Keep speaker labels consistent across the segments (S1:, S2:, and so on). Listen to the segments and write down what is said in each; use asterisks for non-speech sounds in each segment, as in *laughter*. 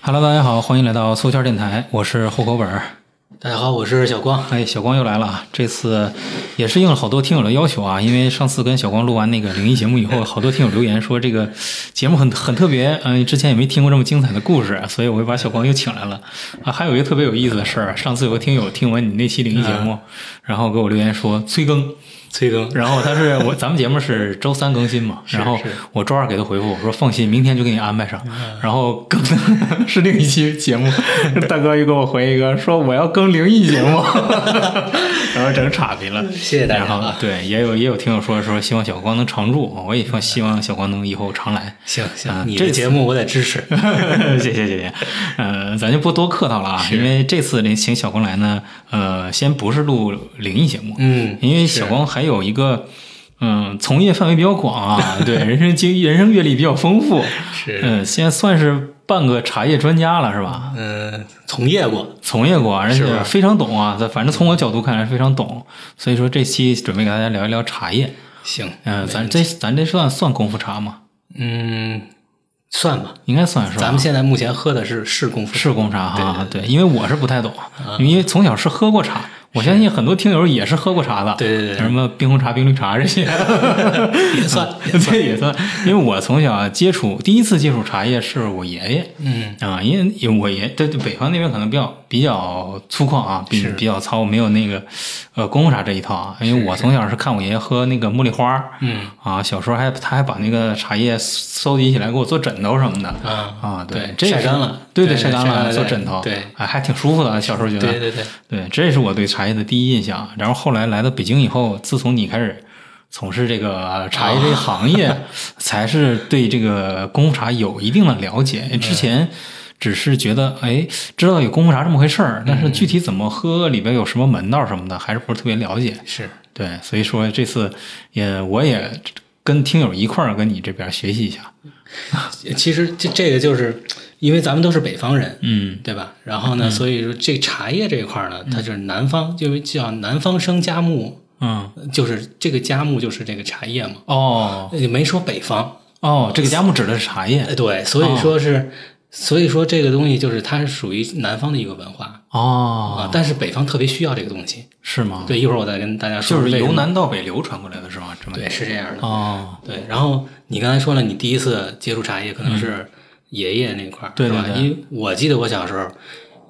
S1: Hello，大家好，欢迎来到搜圈电台，我是户口本儿。
S2: 大家好，我是小光。
S1: 哎，小光又来了，啊！这次也是应了好多听友的要求啊，因为上次跟小光录完那个灵异节目以后，好多听友留言说这个节目很很特别，嗯、之前也没听过这么精彩的故事，所以我就把小光又请来了。啊，还有一个特别有意思的事儿，啊上次有个听友听完你那期灵异节
S2: 嗯
S1: 目，然后给我留言说催更。
S2: 崔 *laughs* 哥，
S1: 然后他是我，咱们节目是周三更新嘛，然后我周二给他回复，我说放心，明天就给你安排上。
S2: 嗯
S1: 然后更的是另一期节
S2: *laughs*
S1: 目，大哥又给我回一个说我要更灵异节
S2: *laughs*
S1: 目，然后整岔劈了。
S2: 谢谢大家
S1: 然后
S2: 啊！
S1: 对，也有也有听友说说希望小光能常驻，我也放希望小光能以后常
S2: *laughs*
S1: 来。
S2: 行
S1: 啊
S2: 行，你
S1: 这
S2: 这
S1: 次
S2: 节目我得
S1: *laughs*
S2: 支持。
S1: 谢谢谢谢，呃，咱就不多客套了啊，因为这次请小光来呢，呃，先不是录灵异节目，
S2: 嗯，
S1: 因为小光还有一个，嗯，从业范围比较广
S2: *laughs*
S1: 啊，对，人生经人生阅历比较丰富，
S2: 是
S1: 嗯，现在算是半个茶叶专家了，是吧？
S2: 嗯，从业过，
S1: 从业过，而
S2: 是
S1: 且
S2: 吧嗯
S1: 非常懂啊，反正从我角度看来非常懂，所以说这期准备给大家聊一聊茶叶，
S2: 行，
S1: 嗯、咱这咱这算算功夫茶吗？
S2: 嗯，算吧。
S1: 应该算是吧。
S2: 咱们现在目前喝的是是功夫茶，
S1: 是贡茶哈，对，因为我是不太懂，
S2: 嗯
S1: 因为从小是喝过茶，我相信很多听友也是喝过茶的，
S2: 对对对
S1: 什么冰红茶、冰绿茶这些，
S2: 也算。
S1: 这 *laughs* 也算，因为我从小接触第一次接触茶叶是我爷爷，
S2: 嗯，
S1: 啊，因为因为我爷对对北方那边可能比较比较粗犷啊，比比较糙，没有那个呃功夫茶这一套啊。因为我从小是看我爷爷喝那个茉莉花，
S2: 嗯
S1: 啊，小时候还他还把那个茶叶收集起来给我做枕头什么的
S2: 啊
S1: 啊，
S2: 对
S1: 这也
S2: 晒
S1: 是
S2: 干了
S1: 对
S2: 对
S1: 晒干
S2: 晒干了
S1: 做
S2: 对
S1: 枕头，
S2: 对，
S1: 哎，还挺舒服的。小时候觉得，
S2: 对对对，
S1: 对，这也是我对茶叶的第一印象。啊然后后来来到北京以后，自从你开始从事这个茶叶这个 *laughs* 行业，才是对这个功夫茶有一定的了解。之前只是觉得，哎，知道有功夫茶这么回事儿，但是具体怎么喝，里边有什么门道什么的，还是不是特别了解。
S2: 是
S1: 对，所以说这次也我也跟听友一块儿跟你这边学习一下。
S2: 其实这这个就是因为咱们都是北方人，
S1: 嗯，
S2: 对吧？然后呢，所以说这茶叶这一块呢，它就是南方，因为叫南方生佳木，
S1: 嗯，
S2: 就是这个佳木就是这个茶叶嘛，
S1: 哦
S2: 也没说北方，
S1: 哦，这个佳木指的是茶叶
S2: 呃，对，所
S1: 哦
S2: 以说是，所以说这个东西就是它是属于南方的一个文化
S1: 哦，
S2: 啊，但是北方特别需要这个东西。
S1: 是吗？
S2: 对，一会儿我再跟大家说
S1: 就
S2: 说
S1: 是
S2: 为什
S1: 由
S2: 么。
S1: 南到北流传过来的是吗？这么
S2: 对，是这样的。
S1: 哦，嗯
S2: 对，然后你刚才说了，你第一次接触茶叶可能是爷爷那块儿，
S1: 对
S2: 是吧
S1: 对？对
S2: 因为我记得我小时候，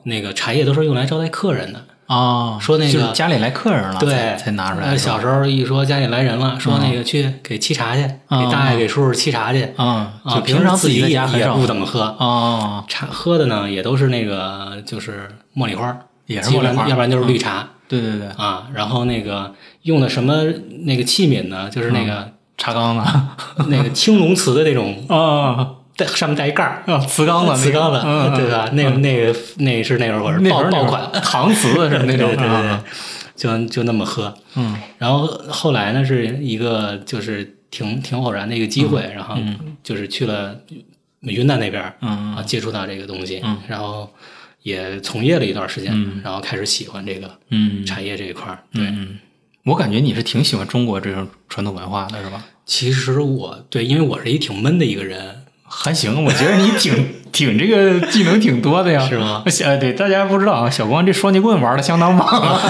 S2: 那个茶叶都是用来招待客人的。
S1: 哦，
S2: 说那个
S1: 就是家里来客人了，
S2: 对
S1: 啊才才拿出来
S2: 呃
S1: 是吧。嗯
S2: 小时候一说家里来人了，说那个去给沏茶去，给大爷给叔叔沏茶去。
S1: 啊，
S2: 啊，
S1: 就平常
S2: 自
S1: 己
S2: 己
S1: 在
S2: 也
S1: 家很
S2: 也
S1: 少
S2: 不怎么喝，
S1: 哦，
S2: 茶喝的呢也都是那个就是茉莉花儿，
S1: 也是茉莉花儿嗯
S2: 基本要不然就是绿茶、
S1: 对对对，
S2: 啊。然后那个用的什么那个器皿呢？就是那个、
S1: 茶缸子 *laughs* 啊
S2: 那个青龙瓷的那种，
S1: 啊，
S2: 带上面带一盖儿，
S1: 啊 *laughs* 瓷缸子，
S2: 瓷缸的，
S1: 嗯
S2: 对吧？那个那个那是那会儿
S1: 那
S2: 爆
S1: 会儿
S2: 爆款，
S1: 搪瓷是那种
S2: *laughs* 对对对对
S1: 啊，
S2: 就就那么喝。
S1: 嗯，
S2: 然后后来呢，是一个就是挺挺偶然的一个机会，然后就是去了云南那边儿，
S1: 嗯
S2: 啊，接触到这个东西，然后也从业了一段时间，然后开始喜欢这个
S1: 嗯
S2: 茶叶这一块儿。对，
S1: 嗯，我感觉你是挺喜欢中国这种传统文化的是吧？
S2: 其实我对，因为我是一挺闷的一
S1: *laughs*
S2: 个人，
S1: 还行，我觉得你挺挺这个技能挺多的呀，
S2: 是吗？
S1: 呃，对，大家不知道啊，小光这双截棍玩的相当棒 *laughs* 啊，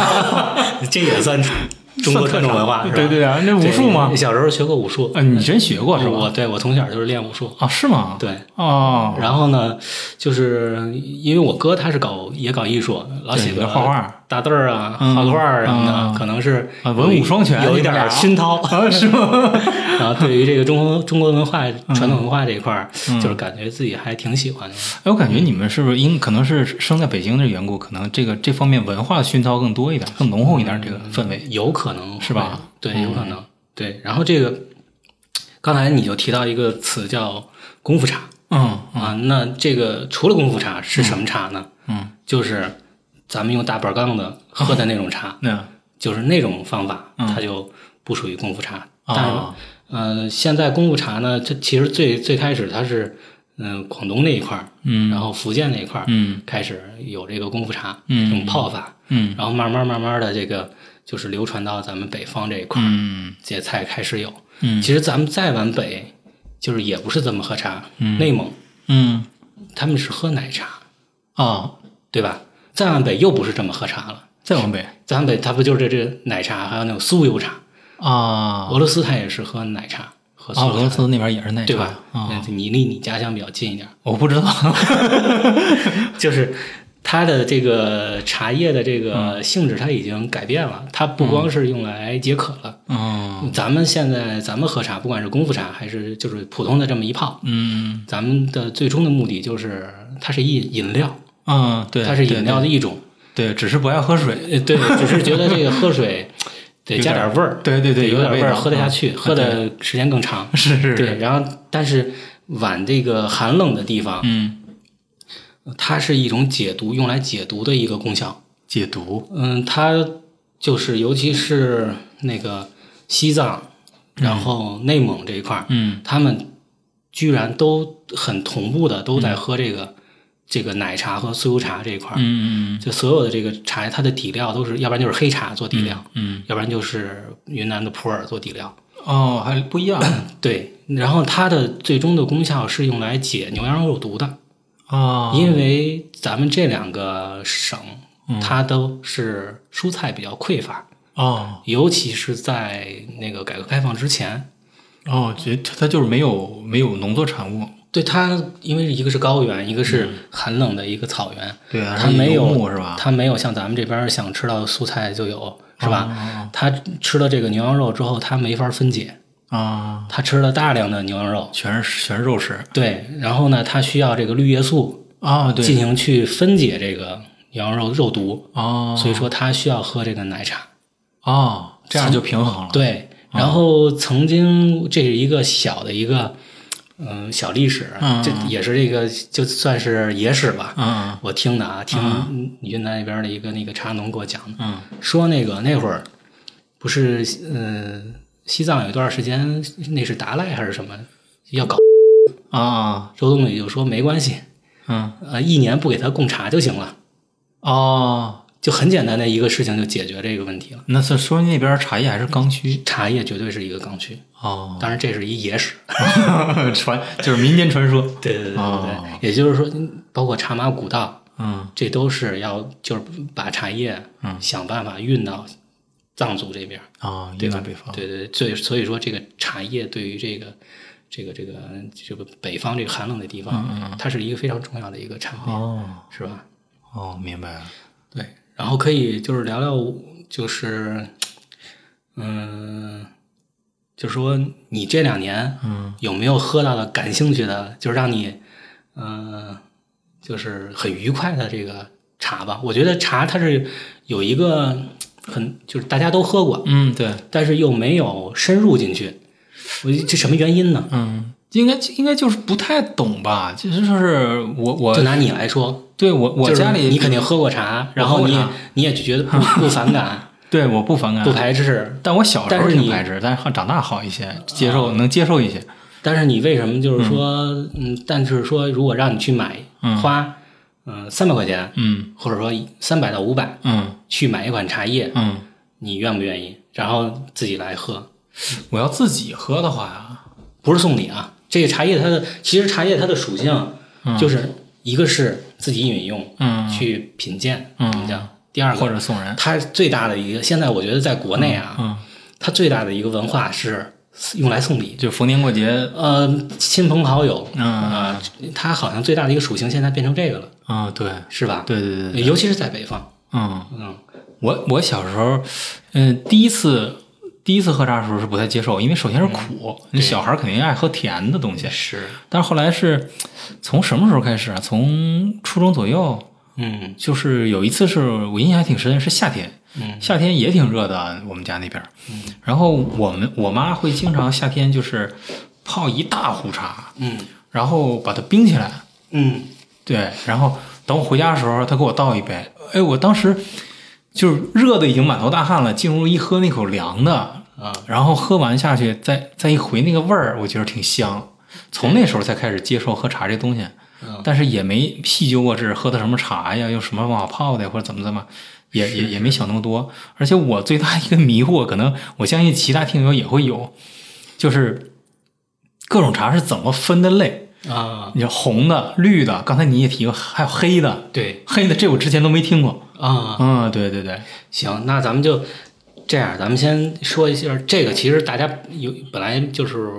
S2: 这也算中国传统文化，是吧
S1: 对对啊，那武术吗
S2: 对？小时候学过武术，
S1: 呃，你真学过是吧？
S2: 我对我从小就是练武术，
S1: 啊，是吗？
S2: 对。
S1: 哦，
S2: 然后呢，就是因为我哥他是搞也搞艺术，老
S1: 对
S2: 写
S1: 你
S2: 个
S1: 画画、
S2: 大字儿啊、
S1: 嗯
S2: 画个画儿什么
S1: 嗯
S2: 的，可能是
S1: 啊文武双全你
S2: 有
S1: 们
S2: 一点
S1: 俩
S2: 儿熏陶。
S1: 啊，是吗？
S2: *laughs* 然后对于这个中国中国文化、
S1: 嗯
S2: 传统文化这一块儿，就是感觉自己还挺喜欢的。
S1: 哎，我感觉你们是不是因可能是生在北京的缘故，可能这个这方面文化熏陶更多一点，更浓厚一点这个氛围。
S2: 有可能会
S1: 嗯是吧？嗯
S2: 对，有可能。对，然后这个刚才你就提到一个词叫功夫茶
S1: 嗯
S2: 啊，那这个除了功夫茶是什么茶呢？
S1: 嗯，
S2: 就是咱们用大板缸的喝的那种茶，
S1: 那
S2: 就是那种方法，
S1: 嗯
S2: 它就不属于功夫茶。但是，
S1: 啊
S2: 呃，现在功夫茶呢，它其实最最开始它是，嗯、广东那一块儿，
S1: 嗯
S2: 然后福建那一块儿
S1: 嗯
S2: 开始有这个功夫茶，
S1: 嗯
S2: 这种泡法，
S1: 嗯
S2: 然后慢慢慢慢的这个就是流传到咱们北方这一块儿，
S1: 嗯
S2: 这菜开始有。
S1: 嗯
S2: 其实咱们再往北，就是也不是这么喝茶，内蒙
S1: 嗯
S2: 他们是喝奶茶，
S1: 啊，
S2: 对吧？再往北又不是这么喝茶了，
S1: 再往北
S2: 再往北它不就是这这奶茶，还有那种酥油茶。
S1: 啊，
S2: 俄罗斯它也是喝奶茶，喝
S1: 啊，
S2: 酥
S1: 俄
S2: 油
S1: 罗
S2: 茶，
S1: 斯那边也是奶茶
S2: 对吧？
S1: 啊，
S2: 嗯你离你家乡比较近一点，
S1: 我不知道
S2: 就是它的这个茶叶的这
S1: 嗯
S2: 个性质，它已经改变了，它不光是用来解渴了。
S1: 啊，
S2: 咱们现在咱们喝茶，不管是功夫茶还是就是普通的这么一泡，
S1: 嗯
S2: 咱们的最终的目的就是它是一饮料，
S1: 啊，对，
S2: 它是饮料的一种。
S1: 对，对，只是不爱喝水，
S2: 呃，对，只是觉得这个
S1: *laughs*
S2: 喝水得
S1: 有
S2: 加点味儿，
S1: 对对对，
S2: 有
S1: 点
S2: 点味
S1: 味
S2: 儿，
S1: 道
S2: 喝得下
S1: 啊
S2: 去，喝的时间更长。
S1: 是是
S2: 对，
S1: 是，
S2: 然后但是往这个寒冷的地方，
S1: 嗯，
S2: 它是一种解毒，用来解毒的一个功效。
S1: 解毒
S2: 嗯，它就是尤其是那个西藏，然后内蒙这一块儿，
S1: 嗯
S2: 他们居然都很同步的都在喝这个、这个奶茶和酥油茶这一块儿。
S1: 嗯嗯
S2: 就所有的这个茶，它的底料都是，要不然就是黑茶做底料，
S1: 嗯，
S2: 要不然就是云南的普洱做底料。
S1: 哦，还不一 *coughs* 样
S2: 对，然后它的最终的功效是用来解牛羊肉毒的，
S1: 啊，
S2: 因为咱们这两个省
S1: 嗯
S2: 它都是蔬菜比较匮乏，
S1: 哦
S2: 尤其是在那个改革开放之前。
S1: 哦，觉它就是没有没有农作产物，
S2: 对它，因为一个是高原，一个是寒冷的一个草原，
S1: 嗯对啊，
S2: 它没
S1: 游
S2: 有
S1: 牧是吧？
S2: 它没有像咱们这边想吃到蔬菜就有，是吧？
S1: 吧？
S2: 它吃了这个牛羊肉之后，它没法分解，
S1: 啊，
S2: 它吃了大量的牛羊肉，
S1: 全是全是肉食
S2: 对，然后呢，它需要这个绿叶素
S1: 啊，
S2: 进
S1: 对
S2: 行去分解这个牛羊肉肉毒，
S1: 啊，
S2: 所以说它需要喝这个奶茶。
S1: 啊，这样就平衡了，
S2: 对，然后曾经这是一个小的一个，嗯、小历史
S1: 嗯，
S2: 这也是这个就算是野史吧。
S1: 嗯
S2: 我听的啊，听云南那边的一个那个茶农给我讲的，
S1: 嗯
S2: 说那个那会儿不是嗯、西藏有一段时间那是达赖还是什么要搞
S1: 嗯啊
S2: 周总理就说没关系，
S1: 嗯
S2: 呃，一年不给他供茶就行了，
S1: 哦，
S2: 就很简单的一个事情就解决这个问题了。
S1: 那是说那边茶叶还是刚需
S2: 茶叶绝对是一个刚需，
S1: 哦，
S2: 当然这是一野史。
S1: *laughs* 传就是民间传说，
S2: 对对对对对，
S1: 哦
S2: 也就是说，嗯包括茶马古道，
S1: 嗯
S2: 这都是要就是把茶叶
S1: 嗯
S2: 想办法运到藏族这边。
S1: 啊，
S2: 对
S1: 云
S2: 吧
S1: 南北方，
S2: 对对对，所以所以说这个茶叶对于这个这个这个这个北方这个寒冷的地方，它是一个非常重要的一个产品，
S1: 嗯哦
S2: 是吧？
S1: 哦，明白了，
S2: 对，然后可以就是聊聊，就是，嗯、就说你这两年
S1: 嗯
S2: 有没有喝到的感兴趣的，就是让你，嗯、就是很愉快的这个茶吧？我觉得茶它是有一个很，就是大家都喝过，
S1: 嗯对，
S2: 但是又没有深入进去，我这什么原因呢？
S1: 嗯，应该应该就是不太懂吧，就是就是我
S2: 就
S1: 我
S2: 拿你来说，
S1: 对我我
S2: 就是
S1: 家里
S2: 你肯定喝过茶，然
S1: 喝
S2: 后
S1: 过
S2: 你也
S1: 茶嗯
S2: 你也觉
S1: *laughs*
S2: 得不不反感，
S1: 对我不反感
S2: 不，排斥，
S1: 但我小时
S2: 但
S1: 候
S2: 是
S1: 挺
S2: 你啊
S1: 排斥，但是长大好一些，接受能接受一些，
S2: 但是你为什么就是说，嗯，但是说如果让你去买，
S1: 嗯
S2: 花，嗯，三百块钱，
S1: 嗯
S2: 或者说三百到五百
S1: 嗯
S2: 去买一款茶叶，
S1: 嗯。
S2: 你愿不愿意？然后自己来喝，
S1: 我要自己喝的话呀，
S2: 不是送礼啊。这个茶叶它的其实茶叶它的属性
S1: 嗯
S2: 就是一个是自己饮用，
S1: 嗯，
S2: 去品鉴，
S1: 嗯
S2: 怎么讲？第二
S1: 或
S2: 个，
S1: 者送人，
S2: 它最大的一个，现在我觉得在国内啊，
S1: 嗯，
S2: 它最大的一个文化是用来送礼。
S1: 就逢年过节，
S2: 呃，亲朋好友，
S1: 嗯
S2: 啊、它好像最大的一个属性现在变成这个了。
S1: 嗯，对，
S2: 是吧？
S1: 对对对对，
S2: 尤其是在北方，
S1: 嗯，
S2: 嗯，
S1: 我我小时候，嗯，第一次第一次喝茶的时候是不太接受，因为首先是苦，你
S2: 嗯对
S1: 小孩肯定爱喝甜的东西，
S2: 是，
S1: 但是后来是从什么时候开始啊？从初中左右。
S2: 嗯
S1: 就是有一次是我印象还挺深，是夏天，
S2: 嗯
S1: 夏天也挺热的，我们家那边儿。然后我们我妈会经常夏天就是泡一大壶茶，
S2: 嗯
S1: 然后把它冰起来，
S2: 嗯，
S1: 对，然后等我回家的时候，他给我倒一杯。哎，我当时就是热的已经满头大汗了，进屋一喝那口凉的，
S2: 啊，
S1: 然后喝完下去，再再一回那个味儿，我觉得挺香。从那时候才开始接受喝茶这东西，
S2: 嗯
S1: 但是也没细究过这是喝的什么茶呀，用什么方法泡的呀，或者怎么怎么，也也也没想那么多。而且我最大一个迷惑，可能我相信其他听友也会有，就是各种茶是怎么分的类。
S2: 啊，
S1: 你红的、绿的，刚才你也提过，还有黑的，
S2: 对
S1: 黑的这我之前都没听过。
S2: 啊，
S1: 嗯，对对对，
S2: 行，那咱们就这样，咱们先说一下这个。其实大家有本来就是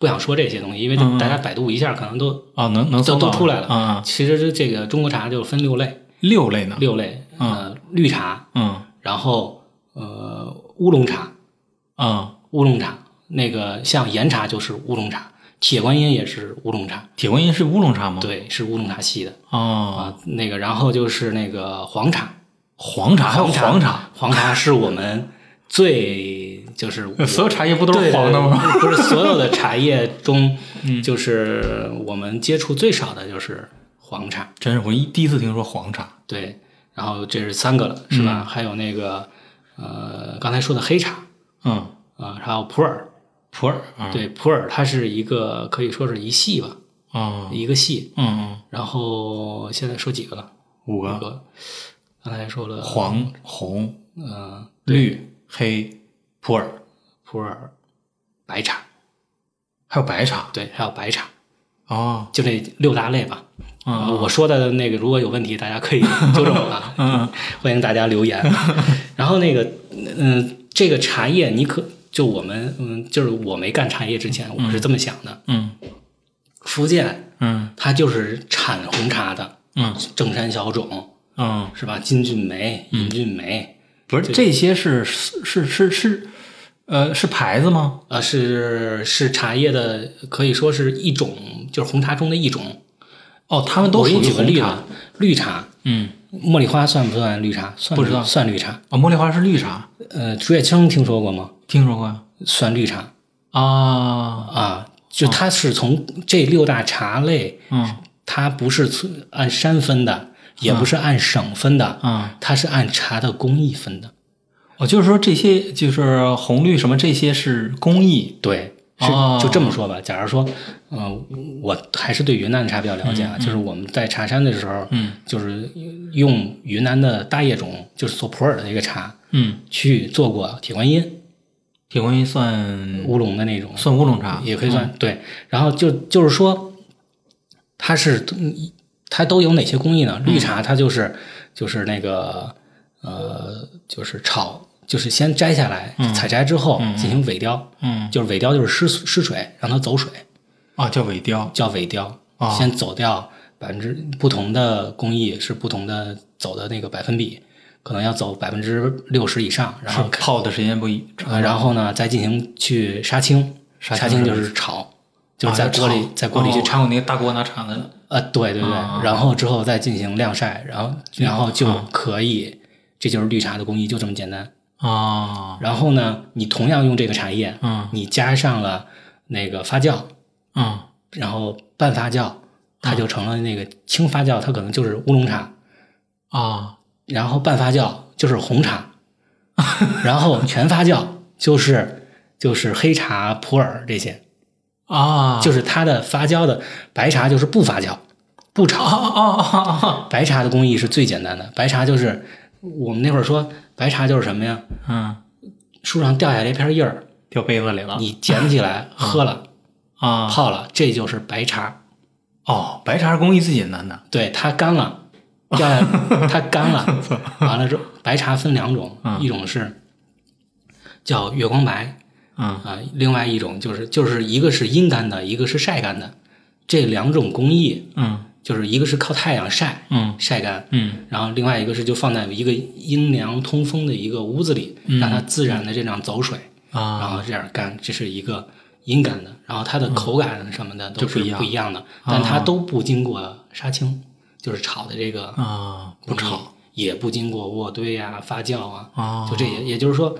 S2: 不想说这些东西，因为
S1: 嗯嗯
S2: 大家百度一下可能都。
S1: 啊，能能搜
S2: 都
S1: 到
S2: 都出来了
S1: 啊，
S2: 其实是这个中国茶就分六类，
S1: 六类呢，
S2: 六类，呃，绿茶，
S1: 嗯
S2: 然后呃乌龙茶，
S1: 啊，
S2: 乌龙茶，那个像岩茶就是乌龙茶，铁观音也是乌龙茶，
S1: 铁观音是乌龙茶吗？
S2: 对，是乌龙茶系的
S1: 哦，
S2: 啊。那个然后就是那个黄茶，
S1: 黄茶还有黄
S2: 黄
S1: 茶，，
S2: 黄茶是我们最就是我
S1: 所有茶叶不都是黄的吗？？嗯
S2: 对对对不是所有的茶叶
S1: *laughs*
S2: 中，就是我们接触最少的就是黄茶。
S1: 真是我一第一次听说黄茶
S2: 对，然后这是三个了，是吧？还有那个呃，刚才说的黑茶
S1: 嗯，
S2: 啊、还有普洱。
S1: 普洱啊，
S2: 对，普洱它是一个可以说是一系吧，
S1: 啊，
S2: 一个系。
S1: 嗯嗯，
S2: 然后现在说几个了？
S1: 五
S2: 五
S1: 个
S2: 个。刚才说了，
S1: 黄、红、
S2: 嗯、
S1: 绿、黑、普洱，
S2: 普洱、白茶，
S1: 还有白茶
S2: 对，还有白茶，
S1: 啊，
S2: 就这六大类吧。
S1: 嗯
S2: 呃我说的那个如果有问题，大家
S1: *laughs*
S2: 可以纠正我啊，
S1: 嗯
S2: 欢迎大
S1: *laughs*
S2: 家留言。然后那个，嗯、这个茶叶你可就我们，嗯，就是我没干茶叶之前，我是这么想的。
S1: 嗯
S2: 福建
S1: 嗯
S2: 它就是产红茶的，
S1: 嗯
S2: 正山小种
S1: 嗯，
S2: 是吧？金骏眉、银骏眉，
S1: 不是这些是是是是是，呃，是牌子吗？
S2: 呃，是是茶叶的，可以说是一种，就是红茶中的一种。
S1: 哦，他们都
S2: 我给
S1: 属
S2: 你
S1: 于
S2: 举个
S1: 红
S2: 例子
S1: 茶，，
S2: 绿茶，
S1: 嗯，
S2: 茉莉花算不算绿茶？算
S1: 不知道
S2: 算绿茶。
S1: 啊，茉莉花是绿茶，
S2: 呃，竹叶青听说过吗？
S1: 听说过呀？
S2: 算绿茶
S1: 啊，
S2: 啊，就它是从这六大茶类，
S1: 嗯
S2: 它不是从按山分的，也不是按省分的，
S1: 嗯，
S2: 它是按茶的工艺分的。
S1: 我哦就是说这些就是红绿什么这些是工艺，
S2: 对，是
S1: 哦
S2: 就这么说吧。假如说，嗯、我还是对云南的茶比较了解啊，就是我们在茶山的时候，
S1: 嗯，
S2: 就是用云南的大叶种，就是做普洱的一个茶，
S1: 嗯，
S2: 去做过铁观音、
S1: 铁观音算
S2: 乌龙的那种，
S1: 算乌龙茶，
S2: 也可以算、对。然后就就是说，它是嗯它都有哪些工艺呢？
S1: 嗯
S2: 绿茶它就是就是那个呃，就是炒，就是先摘下来，采摘之后进行萎凋，
S1: 嗯
S2: 就是萎凋就是失失水，让它走水，
S1: 啊，叫尾雕，
S2: 叫萎凋，
S1: 哦
S2: 先走掉百分之不同的工艺是不同的走的那个百分比，可能要走百分之六十以上，然
S1: 是
S2: 后
S1: 泡的时间不一
S2: 呃，然后呢，再进行去杀青，
S1: 杀
S2: 杀
S1: 青是
S2: 就是炒，哦就是在锅里，在锅里去
S1: 啊炒，哦我那个大锅拿铲子，
S2: 呃，对对对，然后之后再进行晾晒，然后然后就可以，这就是绿茶的工艺，就这么简单。
S1: 啊，
S2: 然后呢，你同样用这个茶叶，
S1: 嗯
S2: 你加上了那个发酵，
S1: 嗯
S2: 然后半发酵，它就成了那个轻发酵，它可能就是乌龙茶，
S1: 啊，
S2: 然后半发酵就是红 *laughs* 茶，然后全发酵就是就是黑茶、普洱这些。
S1: 啊，
S2: 就是它的发酵的白茶就是不发酵，不
S1: 啊
S2: 炒。
S1: 啊啊啊啊，
S2: 白茶的工艺是最简单的，白茶就是我们那会儿说白茶就是什么呀？
S1: 嗯，
S2: 树上掉下来一片叶儿，
S1: 掉杯子里了
S2: 你捡起来喝了、
S1: 啊，
S2: 泡了，这就是白茶。
S1: 哦，白茶是工艺最简单的，
S2: 对，它干了，掉
S1: *laughs*
S2: 下它干了，完了之后，白茶分两种，
S1: 啊
S2: 一种是叫月光白
S1: 嗯
S2: 啊、另外一种就是就是一个是阴干的，一个是晒干的，这两种工艺
S1: 嗯
S2: 就是一个是靠太阳晒
S1: 嗯
S2: 晒干，
S1: 嗯
S2: 然后另外一个是就放在一个阴凉通风的一个屋子里，让它自然的这样走水，
S1: 嗯
S2: 然
S1: 啊，
S2: 后这样干，这是一个阴干的，然后它的口感什么的都
S1: 就不
S2: 是
S1: 一样啊
S2: 不一样的，但它都不经过杀青，就是炒的这个
S1: 啊，不炒，
S2: 也不经过渥堆啊、发酵啊，
S1: 啊，
S2: 就这也也就是说，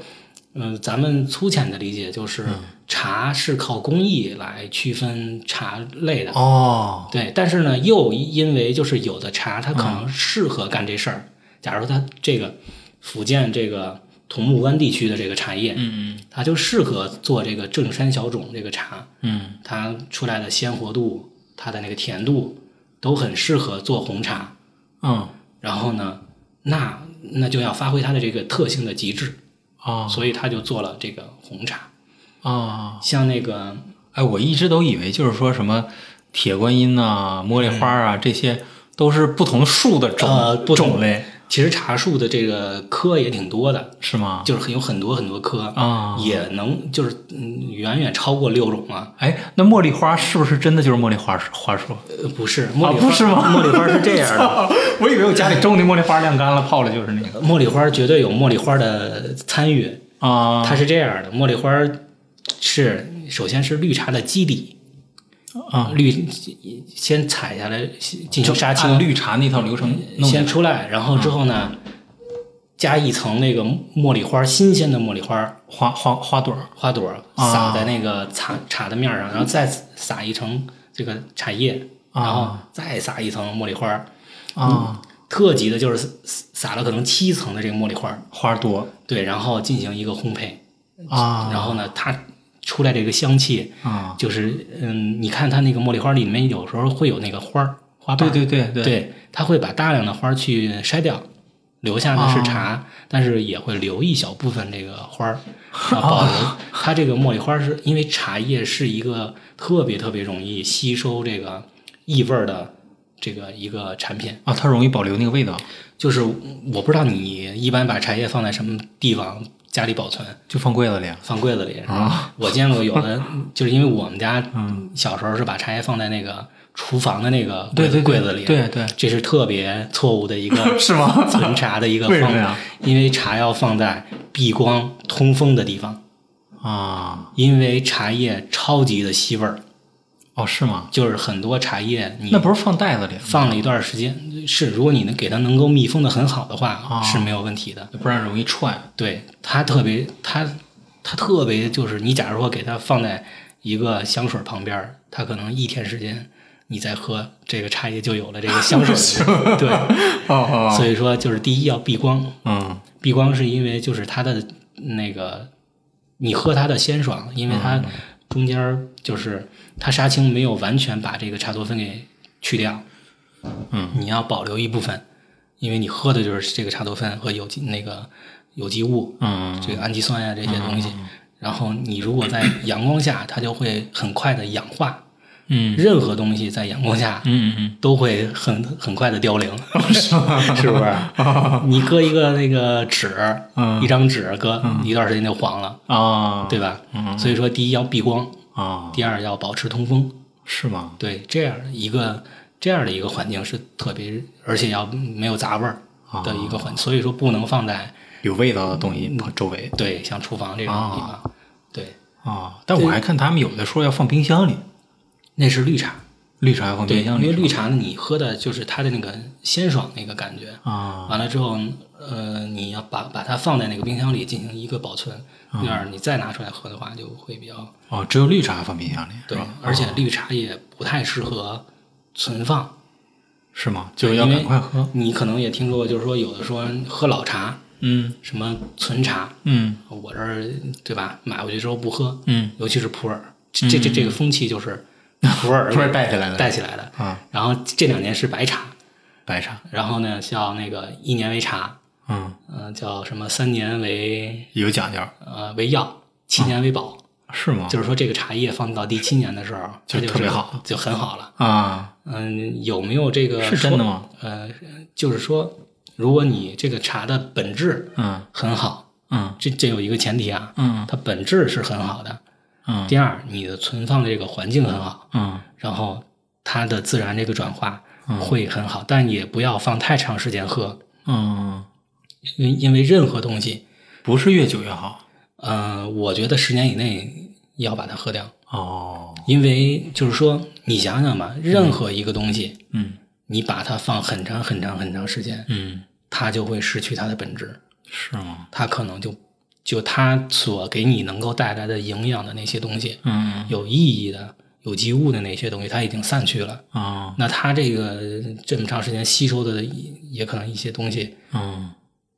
S2: 嗯、咱们粗浅的理解就是
S1: 嗯
S2: 茶是靠工艺来区分茶类的，
S1: 哦，嗯
S2: 对，但是呢，又因为就是有的茶它可能适合干这事儿，假如它这个福建这个桐木湾地区的这个茶叶，
S1: 嗯
S2: 它就适合做这个正山小种这个茶，
S1: 嗯
S2: 它出来的鲜活度、它的那个甜度都很适合做红茶。
S1: 嗯
S2: 然后呢，那那就要发挥它的这个特性的极致，
S1: 啊
S2: 所以它就做了这个红茶。
S1: 啊，
S2: 像那个
S1: 哎，我一直都以为就是说什么铁观音呐、茉莉花啊，这些都是不同树的种、
S2: 呃不同
S1: 种类，
S2: 其实茶树的这个科也挺多的，
S1: 是吗？
S2: 就是很有很多很多科，
S1: 啊，
S2: 也能就是嗯远远超过六种啊。
S1: 哎，那茉莉花是不是真的就是茉莉花花束？
S2: 呃，不是，茉莉
S1: 啊
S2: 花、
S1: 不是吗
S2: 茉莉花是这样的，
S1: *laughs* 操我以为我家里种的茉莉花晾干了泡了就是那个
S2: 茉莉花绝对有茉莉花的参与，
S1: 啊
S2: 它是这样的，茉莉花是首先是绿茶的基底，
S1: 啊，
S2: 绿先采下来进
S1: 就
S2: 行杀
S1: 按
S2: 青，
S1: 啊绿嗯茶那套流程弄啊
S2: 先
S1: 的
S2: 出来，然后之后呢，加一层那个茉莉花新鲜的茉莉花
S1: 花花花朵儿
S2: 花朵
S1: 啊
S2: 撒在那个茶茶的面上，然后再撒一层这个茶叶，
S1: 啊
S2: 然后再撒一层茉莉花。
S1: 啊，
S2: 特级的就是撒撒了可能七层的这个茉莉花，
S1: 花多
S2: 对，然后进行一个烘焙，
S1: 啊
S2: 然后呢，它出来这个香气，
S1: 啊，
S2: 就是嗯，你看它那个茉莉花里面有时候会有那个花儿花瓣
S1: 对对
S2: 儿，
S1: 对对
S2: 对，它会把大量的花儿去筛掉，留下的是茶，
S1: 啊
S2: 但是也会留一小部分这个花
S1: *laughs*
S2: 儿，然后保留。它这个茉莉花是因为茶叶是一个特别特别容易吸收这个异味儿的这个一个产品，
S1: 啊，它容易保留那个味道，
S2: 就是我不知道你一般把茶叶放在什么地方家里保存。
S1: 就放柜子里啊
S2: 放柜子里
S1: 啊。
S2: 我见过有的，就是因为我们家
S1: 嗯
S2: 小时候是把茶叶放在那个厨房的那个
S1: 对对对
S2: 柜子里，
S1: 对对， *laughs*
S2: 这是特别错误的一个
S1: 是吗
S2: 存茶的一个
S1: 为什
S2: 方
S1: 么
S2: 法
S1: 呀，
S2: 因为茶要放在避光通风的地方，
S1: 啊，
S2: 因为茶叶超级的吸味儿，
S1: 哦是吗？
S2: 就是很多茶叶你
S1: 那不是放袋子里，
S2: 放了一段时间是，如果你能给它能够密封的很好的话
S1: 啊
S2: 是没有问题的。
S1: 不然容易
S2: *laughs*
S1: 串
S2: 对它特别，它它特别就是你假如说给它放在一个香水旁边儿，它可能一天时间你再喝这个茶叶就有了这个
S1: *laughs*
S2: 香水味。对，
S1: 哦哦，
S2: 所以说就是第一要避光，
S1: 嗯
S2: 避光是因为就是它的那个你喝它的鲜爽，因为
S1: 嗯
S2: 它中间儿就是它杀青没有完全把这个茶多酚给去掉，
S1: 嗯，
S2: 你要保留一部分，因为你喝的就是这个茶多酚和有机那个有机物，
S1: 嗯
S2: 这个氨基酸呀、这些东西。然后你如果在阳光下，它就会很快的氧化。
S1: 嗯
S2: 任何东西在阳光下
S1: 嗯嗯
S2: 都会很很快的凋
S1: *laughs*
S2: 零，是不是？ *laughs* 你搁一个那个纸，
S1: 嗯
S2: 一张纸搁一段时间就黄了，
S1: 啊
S2: 对吧？
S1: 嗯
S2: 所以说，第一要避光，
S1: 啊
S2: 第二要保持通风。
S1: 是吗？
S2: 对，这样一个这样的一个环境是特别，而且要没有杂味儿
S1: 啊
S2: 的一个环，所以说不能放在
S1: 有味道的东
S2: 嗯
S1: 西碰周围
S2: 对像厨房这种地方，对。
S1: 啊，但我还看他们有的说要放冰箱里，
S2: 那是绿茶，
S1: 绿茶要放
S2: 对，
S1: 冰箱
S2: 因为
S1: 里
S2: 绿茶呢，你喝的就是它的那个鲜爽那个感觉。
S1: 啊
S2: 完了之后，呃，你要把把它放在那个冰箱里进行一个保存，
S1: 啊
S2: 那样你再拿出来喝的话，就会比较
S1: 哦，只有绿茶放冰箱里是
S2: 对
S1: 吧？。
S2: 而且绿茶也不太适合存放，
S1: 是吗？就是要
S2: 因为
S1: 赶快喝，
S2: 你可能也听说过，就是说有的说喝老茶，
S1: 嗯
S2: 什么存茶，
S1: 嗯
S2: 我这儿对吧？买回去之后不喝，
S1: 嗯，
S2: 尤其是普洱，这这这这个风气就是普
S1: *laughs*
S2: 洱
S1: 普洱带起来的
S2: 带起来的。
S1: 啊，
S2: 然后这两年是白茶，
S1: 白茶，
S2: 然后呢，叫那个一年为茶，
S1: 嗯，
S2: 嗯、叫什么三年为
S1: 有讲究
S2: 呃为药，七年为宝，
S1: 是吗？
S2: 就是说这个茶叶放到第七年的时候，
S1: 哦就
S2: 它就是
S1: 特别好，
S2: 就很好了。
S1: 啊，
S2: 嗯，有没有这个
S1: 是
S2: 说
S1: 真的？吗？
S2: 呃，就是说，如果你这个茶的本质
S1: 嗯
S2: 很好，
S1: 嗯
S2: 这这有一个前提啊，
S1: 嗯
S2: 它本质是很好的。
S1: 嗯
S2: 第二，你的存放的这个环境很好，
S1: 嗯
S2: 然后它的自然这个转化会很好，但也不要放太长时间喝，
S1: 嗯，
S2: 因为因为任何东西。
S1: 不是越久越好
S2: 呃，我觉得十年以内要把它喝掉，
S1: 哦，
S2: 因为就是说，你想想吧，任何一个东西，
S1: 嗯
S2: 你把它放很长很长很长时间，
S1: 嗯，
S2: 它就会失去它的本质，
S1: 是吗？
S2: 它可能就就它所给你能够带来的营养的那些东西，
S1: 嗯
S2: 有意义的、有机物的那些东西，它已经散去了。
S1: 啊
S2: 那它这个这么长时间吸收的，也可能一些东西
S1: 嗯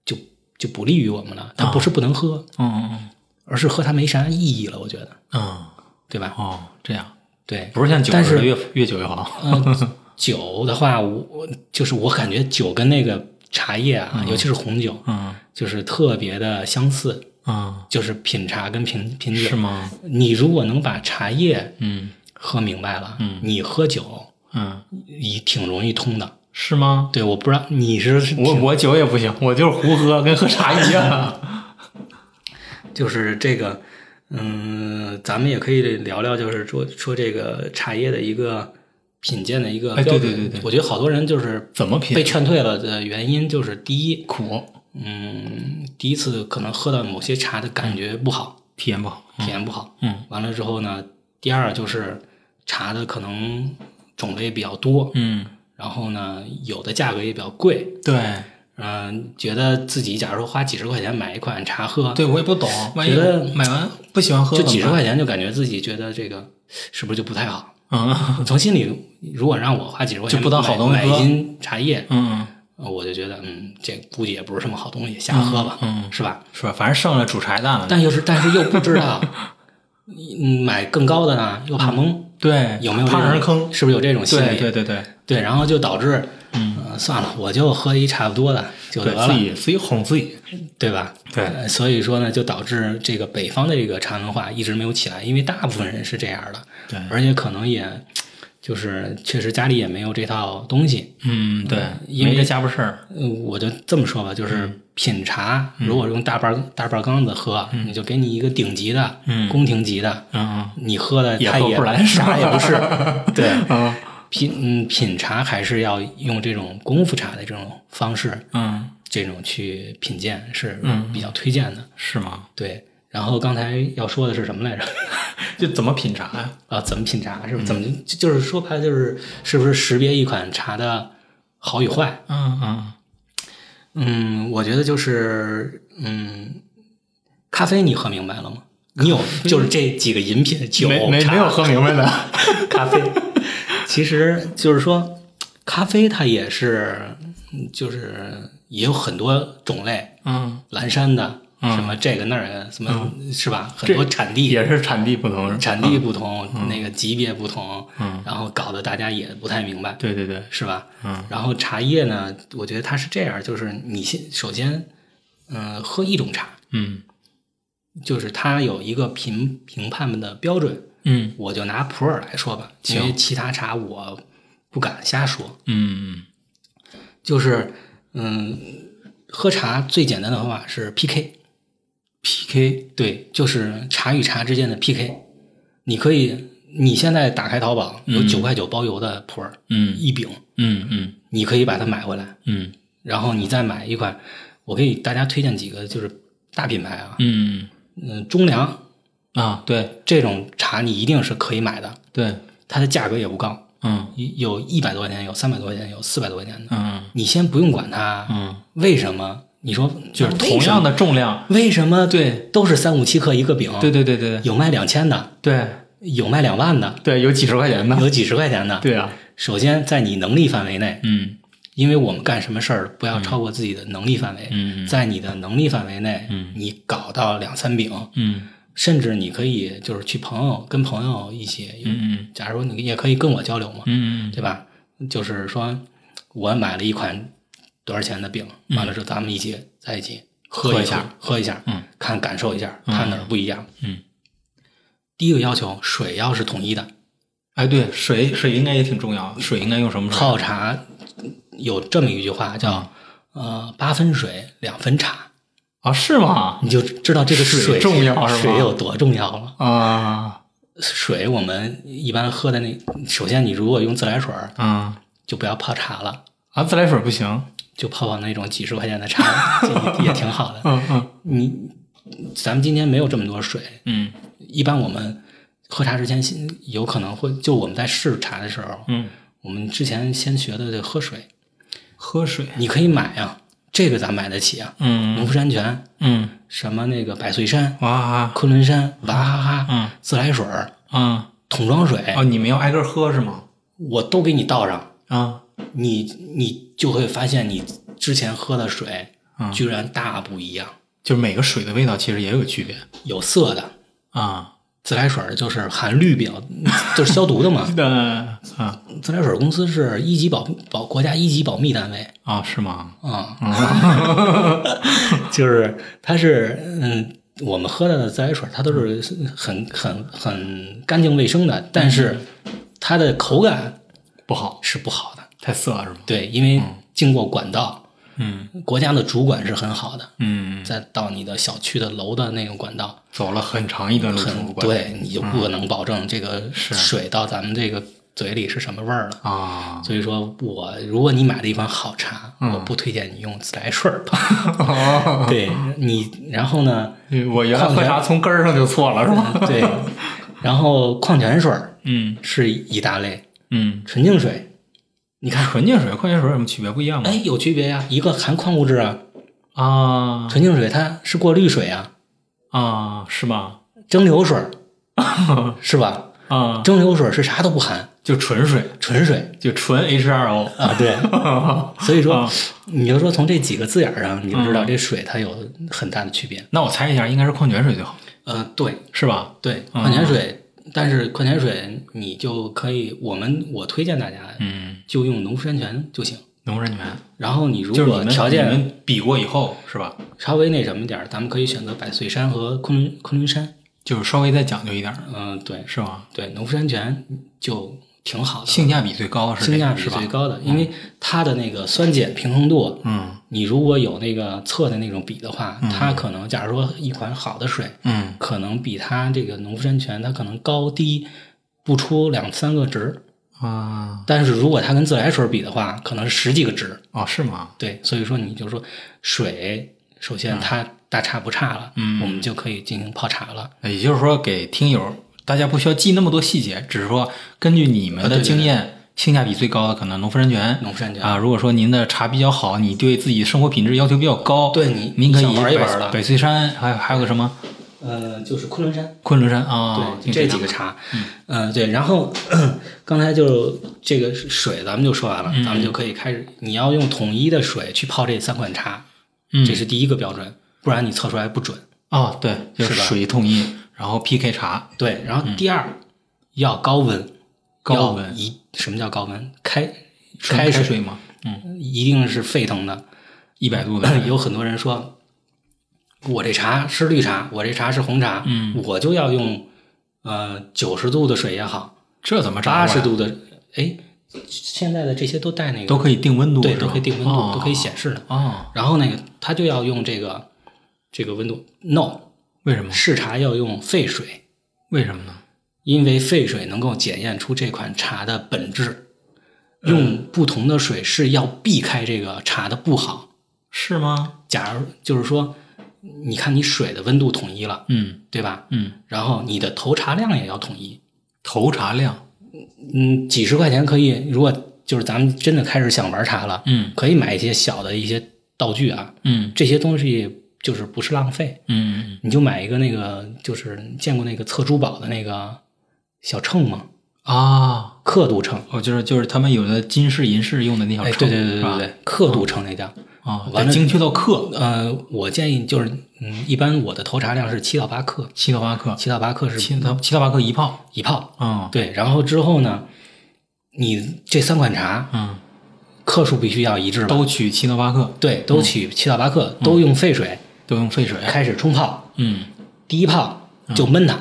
S2: 就就不利于我们了。它不是不能喝，
S1: 嗯嗯
S2: 而是喝它没啥意义了，我觉得，
S1: 嗯
S2: 对吧？
S1: 哦，这样
S2: 对，
S1: 不是像酒
S2: 但
S1: 似
S2: 是
S1: 的越越久越好
S2: 嗯，酒的话，我我就是我感觉酒跟那个茶叶啊，尤其是红酒，
S1: 嗯
S2: 就是特别的相似，
S1: 嗯
S2: 就是品茶跟品品
S1: 是
S2: 酒。
S1: 吗？
S2: 你如果能把茶叶
S1: 嗯
S2: 喝明白了，嗯，你喝酒
S1: 嗯，
S2: 你挺容易通的。
S1: 是吗？
S2: 对，我不知道你是
S1: 我我酒也不行，我就是胡喝，跟喝茶一样。
S2: 就是这个，嗯，咱们也可以聊聊，就是说说这个茶叶的一个品鉴的一个
S1: 哎
S2: 标
S1: 对
S2: 准。
S1: 对对对
S2: 我觉得好多人就是
S1: 怎么品
S2: 被劝退了的原因就是第一，
S1: 苦，
S2: 嗯，第一次可能喝到某些茶的感觉不好，
S1: 体验不好。
S2: 体验不好。
S1: 嗯
S2: 完了之后呢，第二就是茶的可能种类比较多，
S1: 嗯，
S2: 然后呢，有的价格也比较贵。
S1: 对，
S2: 嗯、觉得自己假如说花几十块钱买一款茶喝，
S1: 对我也不懂，万一
S2: 觉得
S1: 买完不喜欢喝
S2: 就几十
S1: 怎么
S2: 块钱就感觉自己觉得这个是不是就不太好？
S1: 办，嗯
S2: 从心里，如果让我花几十块钱
S1: 就不当好东西
S2: 买
S1: 喝
S2: 买一斤茶叶，
S1: 嗯，
S2: 呃我就觉得嗯，这估计也不是什么好东西，瞎喝吧，
S1: 嗯
S2: 是吧？
S1: 是吧？反正剩了煮茶叶蛋了。
S2: 但又是但是又不知
S1: *laughs*
S2: 道，嗯，买更高的呢又怕蒙，
S1: 对，
S2: 有没有
S1: 嗯怕
S2: 这种
S1: 让人坑？
S2: 是不是有这种心
S1: 对
S2: 理？
S1: 对对对，
S2: 对然后就导致，嗯、算了，我就喝一差不多的就得
S1: 对
S2: 了，
S1: 自己自己哄自己。
S2: 对吧？
S1: 对
S2: 呃所以说呢，就导致这个北方的这个茶文化一直没有起来，因为大部分人是这样的，
S1: 对
S2: 而且可能也就是确实家里也没有这套东西。
S1: 嗯，对，
S2: 因为
S1: 没这家伙事儿。
S2: 嗯，我就这么说吧，就是
S1: 嗯
S2: 品茶，如果用大半大半缸子喝，你就给你一个顶级的、
S1: 嗯
S2: 宫廷级的，
S1: 嗯，
S2: 你喝的
S1: 也
S2: 它
S1: 喝
S2: 也
S1: 不来是吧
S2: *laughs* 啥也不是，对。
S1: 嗯
S2: 品嗯品茶还是要用这种功夫茶的这种方式，
S1: 嗯，
S2: 这种去品鉴是
S1: 嗯
S2: 比较推荐的。
S1: 是吗？
S2: 对，然后刚才要说的是什么来着？ *laughs*
S1: 就怎么品茶呀？
S2: 啊，怎么品茶是吧？怎么就就是说白了就是是不是识别一款茶的好与坏？
S1: 嗯嗯
S2: 嗯，我觉得就是嗯，咖啡你喝明白了吗？你有就是这几个饮品酒
S1: 没没
S2: 茶
S1: 没有喝明白的。
S2: 咖
S1: *laughs*
S2: 啡，其实就是说咖啡它也是嗯就是也有很多种类，
S1: 嗯，
S2: 蓝山的。
S1: 嗯
S2: 什么这个那儿的什么、是吧？很
S1: 这
S2: 多产地
S1: 也是产地不同。是吧
S2: 产地不同，那个级别不同，
S1: 嗯，
S2: 然后搞得大家也不太明白，
S1: 对对对，
S2: 是吧？
S1: 嗯
S2: 然后茶叶呢，我觉得它是这样，就是你先首先，嗯、喝一种茶，
S1: 嗯
S2: 就是它有一个评评判的标准。
S1: 嗯
S2: 我就拿普洱来说吧，因为其他茶我不敢瞎说。
S1: 嗯
S2: 就是，嗯，喝茶最简单的方法是 PK，
S1: ，PK
S2: 对，就是茶与茶之间的 PK。你可以，你现在打开淘宝有九块九包邮的普洱，
S1: 嗯
S2: 一饼，
S1: 嗯嗯
S2: 你可以把它买回来，
S1: 嗯
S2: 然后你再买一款。我给大家推荐几个就是大品牌啊，
S1: 嗯
S2: 嗯，中粮
S1: 嗯啊，对
S2: 这种茶你一定是可以买的，
S1: 对，
S2: 它的价格也不高，
S1: 嗯
S2: 有一百多块钱，有三百多块钱，有四百多块钱的。
S1: 嗯
S2: 你先不用管它
S1: 嗯，
S2: 为什么，你说
S1: 就是同样
S2: 的，
S1: 的重量。
S2: 为什么
S1: 啊对
S2: 都是三五七克一个饼？
S1: 对对对对对
S2: 有卖两千的，
S1: 对
S2: 有卖两万的，
S1: 对，有几十块钱的。
S2: 有几十块钱的。
S1: 对啊，
S2: 首先在你能力范围内，
S1: 嗯
S2: 因为我们干什么事儿不要超过自己的能力范围。
S1: 嗯
S2: 在你的能力范围内，
S1: 嗯
S2: 你搞到两三饼，
S1: 嗯
S2: 甚至你可以就是去朋友跟朋友一起，
S1: 嗯
S2: 假如你也可以跟我交流嘛，
S1: 嗯嗯
S2: 对吧？就是说我买了一款多少钱的饼，完了之后咱们一起在一起喝
S1: 喝
S2: 一
S1: 一
S2: 下
S1: 下，
S2: 喝一下，
S1: 嗯，
S2: 看感受一下，
S1: 嗯
S2: 看哪儿不一样。
S1: 嗯，
S2: 第一个要求水要是统一的，
S1: 哎，对，水水应该也挺重要，水应该用什么水？
S2: 泡茶有这么一句话叫
S1: 嗯
S2: 呃八分水两分茶，
S1: 啊，是吗？
S2: 你就知道这个
S1: 水
S2: 水
S1: 重要是吧
S2: 水有多重要了。
S1: 啊
S2: 水我们一般喝的那，首先你如果用自来水儿，
S1: 啊
S2: 就不要泡茶了，
S1: 啊！自来水不行。
S2: 就泡泡那种几十块钱的
S1: *laughs*
S2: 茶，这也挺好的。
S1: 嗯嗯
S2: 你咱们今天没有这么多水，
S1: 嗯
S2: 一般我们喝茶之前先有可能会，就我们在试茶的时候，
S1: 嗯，
S2: 我们之前先学的这喝水，
S1: 喝水。
S2: 你可以买啊，这个咱买得起啊，农
S1: 嗯
S2: 夫山泉
S1: 嗯，
S2: 什么那个百岁山、
S1: 哇
S2: 昆仑山、娃哈哈、
S1: 嗯
S2: 自来水儿、
S1: 嗯
S2: 桶装水，
S1: 哦，你们要挨个喝是吗？
S2: 我都给你倒上。
S1: 啊
S2: 你你就会发现你之前喝的水
S1: 嗯
S2: 居然大不一样，
S1: 就是每个水的味道其实也有区别
S2: 有涩的。
S1: 啊。
S2: 自来水就是含氯比较，就是消毒的嘛。
S1: 的啊
S2: 自来水公司是一级保保国家一级保密单位
S1: 啊是吗？
S2: *laughs*
S1: *laughs*
S2: 啊，就是它是嗯，我们喝到的自来水，它都是很很很干净卫生的，但是它的口感
S1: 不好，嗯
S2: 是不好的。
S1: 太涩了是吗？
S2: 对，因为经过管道，
S1: 嗯
S2: 国家的主管是很好的，
S1: 嗯，
S2: 再到你的小区的楼的那种管道，
S1: 走了很长一段路程，不
S2: 很
S1: 管嗯
S2: 对，你就不能保证这个水到咱们这个嘴里是什么味儿了。
S1: 啊，
S2: 所以说我如果你买了一款好茶，我不推荐你用自来水儿泡。对你，然后呢，
S1: 我原来喝茶从根儿上就错了是吗？
S2: 对，然后矿泉水儿
S1: 嗯
S2: 是一大类，
S1: 嗯，
S2: 纯净水，你看，
S1: 纯净水、矿泉水有什么区别不一样吗
S2: 哎，？有区别呀、一个含矿物质啊，
S1: 啊
S2: 纯净水它是过滤水啊，
S1: 啊，是吧？
S2: 蒸馏水儿是吧？
S1: 啊，
S2: 蒸馏水儿是啥都不含，
S1: 就纯水，
S2: 纯水
S1: 就纯 H2O
S2: 啊，对。
S1: 啊。
S2: 所以说
S1: 啊，
S2: 你就说从这几个字眼儿上，你就知道这水它有很大的区别。
S1: 那我猜一下，应该是矿泉水最好，
S2: 呃，对
S1: 是吧？
S2: 对，
S1: 嗯
S2: 矿泉水，但是矿泉水你就可以，我们我推荐大家
S1: 嗯，
S2: 就用农夫山泉就行。
S1: 农夫山泉
S2: 然后你如
S1: 就是
S2: 果
S1: 你们
S2: 条
S1: 你
S2: 件
S1: 们比过以后是吧？
S2: 稍微那什么点儿，咱们可以选择百岁山和昆仑昆仑山。
S1: 就是稍微再讲究一点儿，
S2: 嗯、对
S1: 是吧？
S2: 对，农夫山泉就挺好的，
S1: 性价比最高是这
S2: 性价
S1: 个
S2: 比
S1: 是吧
S2: 最？高的，因为它的那个酸碱平衡度，
S1: 嗯
S2: 你如果有那个测的那种比的话，它可能假如说一款好的水。
S1: 嗯
S2: 可能比它这个农夫山泉，它可能高低不出两三个值，
S1: 啊
S2: 但是如果它跟自来水比的话，可能是十几个值。
S1: 哦是吗？
S2: 对，所以说你就说水，首先它大差不差了，
S1: 嗯
S2: 我们就可以进行泡茶了。
S1: 也就是说，给听友大家不需要记那么多细节，只是说根据你们
S2: 啊对
S1: 的
S2: 对
S1: 经验，性价比最高的可能农夫山泉
S2: 农夫山泉，
S1: 啊。如果说您的茶比较好，你对自己生活品质要求比较高，
S2: 对你
S1: 您可以
S2: 想玩一玩
S1: 百
S2: 了
S1: 百岁山，还有还有个什么
S2: 呃，就是昆仑山，
S1: 昆仑山啊，就
S2: 对，这
S1: 这
S2: 几个茶，嗯、呃，对，然后 *clears throat* 刚才就这个水咱们就说完了，
S1: 嗯
S2: 咱们就可以开始，你要用统一的水去泡这三款茶，
S1: 嗯
S2: 这是第一个标准，不然你测出来不准。
S1: 哦对，就是
S2: 是吧
S1: 水统一，然后 PK 茶，
S2: 对，然后
S1: 嗯
S2: 第二、要高温，
S1: 高温
S2: 要一什么叫高温？开
S1: 纯
S2: 开
S1: 开
S2: 水
S1: 水吗？嗯，
S2: 一定是沸腾的。
S1: 一百度的
S2: 有很多人说，我这茶是绿茶，我这茶是红茶，
S1: 嗯，
S2: 我就要用呃九十度的水也好，
S1: 这怎么掌握呀
S2: 八十度的，哎，现在的这些都带那个
S1: 都可以定温度，
S2: 对，
S1: 是吧
S2: 都可以定温度，
S1: 哦
S2: 都可以显示的。
S1: 哦，
S2: 然后那个他就要用这个这个温度，no，
S1: 为什么？
S2: 试茶要用沸水。
S1: 为什么呢？
S2: 因为沸水能够检验出这款茶的本质。用不同的水是要避开这个茶的不好。
S1: 是吗？
S2: 假如就是说，你看你水的温度统一了，
S1: 嗯
S2: 对吧？
S1: 嗯，
S2: 然后你的投茶量也要统一。
S1: 头茶量，
S2: 嗯，几十块钱可以，如果就是咱们真的开始想玩茶了，
S1: 嗯
S2: 可以买一些小的一些道具啊，
S1: 嗯
S2: 这些东西就是不是浪费，
S1: 嗯，
S2: 你就买一个那个就是你见过那个测珠宝的那个小秤吗？
S1: 啊，
S2: 刻度秤。
S1: 哦，就是就是他们有的金饰银饰用的那小
S2: 哎，
S1: 秤，
S2: 对对对
S1: 是吧
S2: 对对，刻度秤那叫。
S1: 啊，
S2: 完
S1: 得
S2: 了
S1: 精确到克，
S2: 呃，我建议就是，嗯，一般我的投茶量是七到八克，
S1: 七到八克，
S2: 七到八克是
S1: 七到七到八克一泡，
S2: 一泡。
S1: 嗯
S2: 对，然后之后呢，你这三款茶
S1: 嗯，
S2: 克数必须要一致吧？
S1: 都取七到八克，
S2: 对，都取七到八克，
S1: 嗯
S2: 都用沸水
S1: 都用沸水，
S2: 开始冲泡。
S1: 嗯，
S2: 第一泡就焖它，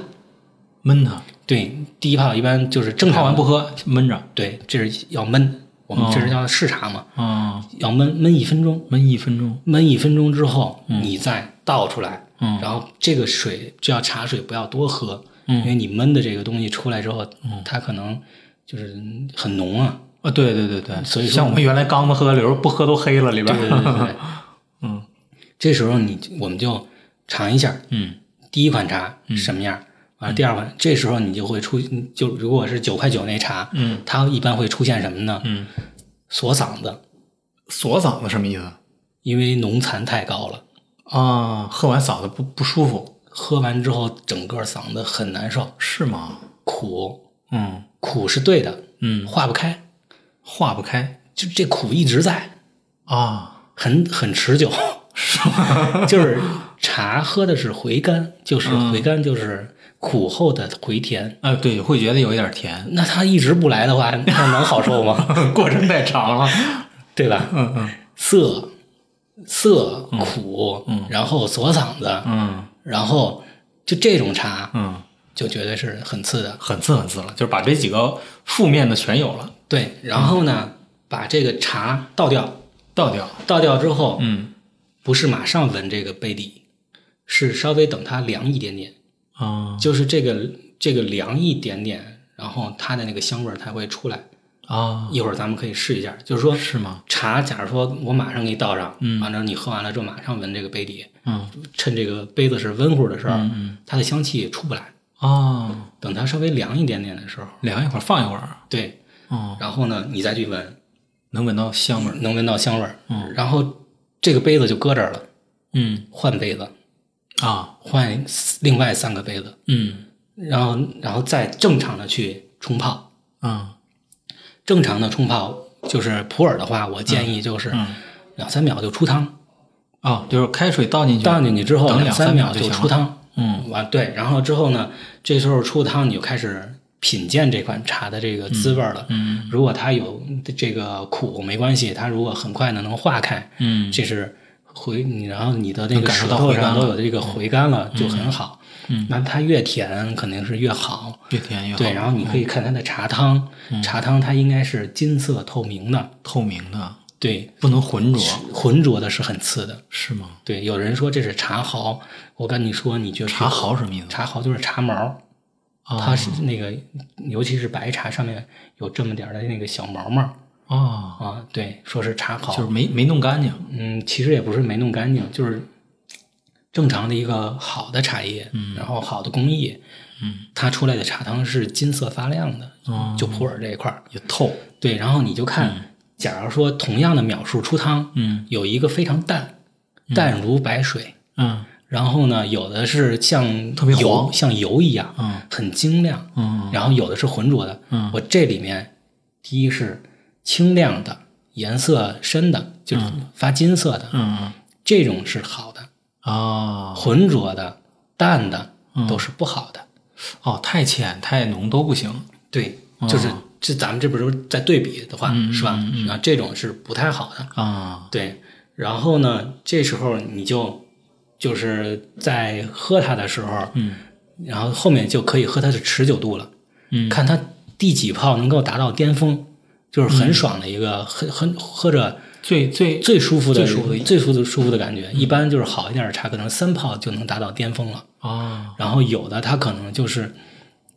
S1: 焖它，
S2: 对，第一泡一般就是正常
S1: 泡完不，喝，焖着，
S2: 对，这是要焖，我
S1: 哦
S2: 们这是叫试茶嘛，
S1: 啊，
S2: 要焖焖一分钟，
S1: 焖一分钟，
S2: 焖一分钟之后，你再倒出来，
S1: 嗯
S2: 然后这个水这要茶水不要多喝，
S1: 嗯
S2: 因为你焖的这个东西出来之后，它可能就是很浓
S1: *laughs*
S2: 啊。
S1: 啊，对对对对，
S2: 所以说
S1: 像我们原来刚子喝，有时候不喝都黑了里边
S2: 对对对对对
S1: 儿，，嗯
S2: 这时候你我们就尝一下
S1: *laughs* 嗯
S2: 第一款茶什么样，完了第二款，这时候你就会出就如果是九块九那茶，
S1: 嗯
S2: 它一般会出现什么呢？
S1: 嗯，
S2: 锁嗓子，
S1: 锁嗓子什么意思？
S2: 因为浓残太高了，
S1: 啊，喝完嗓子不不舒服
S2: 喝完之后整个嗓子很难受，
S1: 是吗？
S2: 苦
S1: 嗯
S2: 苦是对的，
S1: 嗯，
S2: 化不开，
S1: 化不开
S2: 就这苦一直在，
S1: 啊，
S2: 很很持久， *laughs* 就是茶喝的是回甘，就是
S1: 嗯
S2: 回甘就是苦后的回甜。
S1: 啊，对，会觉得有一点 *laughs* 甜，
S2: 那它一直不来的话，
S1: *laughs*
S2: 那能好受吗？
S1: 过程太长了。
S2: 对吧？
S1: 嗯嗯
S2: 涩，涩、苦，然后锁嗓子，
S1: 嗯
S2: 然后就这种茶
S1: 嗯，
S2: 就绝对是很次的。
S1: 很次很次了，就是把这几个负面的全有了，
S2: 对，然后呢，把这个茶倒掉，
S1: 倒掉。
S2: 倒掉之后，
S1: 嗯
S2: 不是马上闻这个杯底，是稍微等它凉一点点，
S1: 啊
S2: 就是这个这个凉一点点，然后它的那个香味儿才会出来。
S1: 啊，
S2: 一会儿咱们可以试一下，就是说
S1: 是吗？
S2: 茶，假如说我马上给你倒上，完了你喝完了之后马上闻这个杯底，
S1: 嗯
S2: 趁这个杯子是温乎的时候，
S1: 嗯
S2: 它的香气出不来。
S1: 啊，
S2: 等它稍微凉一点点的时候，
S1: 凉一会儿，放一会儿，
S2: 对，
S1: 哦，
S2: 然后呢，你再去闻，
S1: 能闻到香味儿。
S2: 能闻到香味儿。然后这个杯子就搁这儿了，
S1: 嗯
S2: 换杯子，
S1: 啊，
S2: 换另外三个杯子，
S1: 嗯
S2: 然后然后再正常的去冲泡。
S1: 啊
S2: 正常的冲泡就是普洱的话，我建议就是
S1: 嗯
S2: 两三秒就出汤，
S1: 啊，就是开水倒进去，
S2: 倒进去之后
S1: 等两
S2: 三
S1: 三秒
S2: 就
S1: 就
S2: 出汤。
S1: 嗯
S2: 完对，然后之后呢，这时候出汤你就开始品鉴这款茶的这个滋味儿了。
S1: 嗯
S2: 如果它有这个苦没关系，它如果很快的能化开，
S1: 嗯
S2: 这是回你，然后你的那
S1: 能
S2: 个
S1: 感受
S2: 舌
S1: 到
S2: 头
S1: 回甘
S2: 上
S1: 了
S2: 都有这个回甘了，就很好。
S1: 嗯，
S2: 那它越甜肯定是越好。
S1: 越甜越好，嗯
S2: 对，然后你可以看它的茶汤，茶汤它应该是金色透明的，
S1: 透明的，
S2: 对，
S1: 不能浑浊，
S2: 浑浊的是很次的。
S1: 是吗？
S2: 对，有人说这是茶毫，我跟你说，你就
S1: 茶毫什么意思？
S2: 茶毫就是茶毛，它
S1: 啊
S2: 是那个，尤其是白茶上面有这么点儿的那个小毛毛
S1: 啊，
S2: 啊，对，说是茶毫，
S1: 就是没没弄干净。
S2: 嗯，其实也不是没弄干净，就是正常的一个好的茶叶，然后好的工艺，
S1: 嗯，
S2: 它出来的茶汤是金色发亮的，
S1: 哦
S2: 就普洱这一块儿。
S1: 也透，
S2: 对，然后你就看，假如说同样的秒数出汤，
S1: 嗯
S2: 有一个非常淡，淡如白水，
S1: 嗯
S2: 然后呢，有的是像
S1: 特别
S2: 油，
S1: 黄
S2: 像油一样，
S1: 嗯
S2: 很晶亮，
S1: 嗯
S2: 然后有的是浑浊的。
S1: 嗯
S2: 我这里面第一是清亮的，颜色深的，就是发金色的，
S1: 嗯
S2: 这种是好的，
S1: 啊
S2: 浑浊的、淡的
S1: 嗯
S2: 都是不好的。
S1: 哦，太浅太浓都不行。
S2: 对，就是这咱们这不是在对比的话、
S1: 哦嗯
S2: 是吧？
S1: 嗯嗯
S2: 啊，这种是不太好的。
S1: 啊，
S2: 对，然后呢，这时候你就就是在喝它的时候，
S1: 嗯
S2: 然后后面就可以喝它的持久度了，
S1: 嗯
S2: 看它第几泡能够达到巅峰，就
S1: 嗯
S2: 是很爽的一个，很很喝着
S1: 最最
S2: 最舒服的、
S1: 最舒服的
S2: 最舒服的舒服的感觉。一般就是好一点的茶，可能三泡就能达到巅峰了。
S1: 啊
S2: 然后有的它可能就是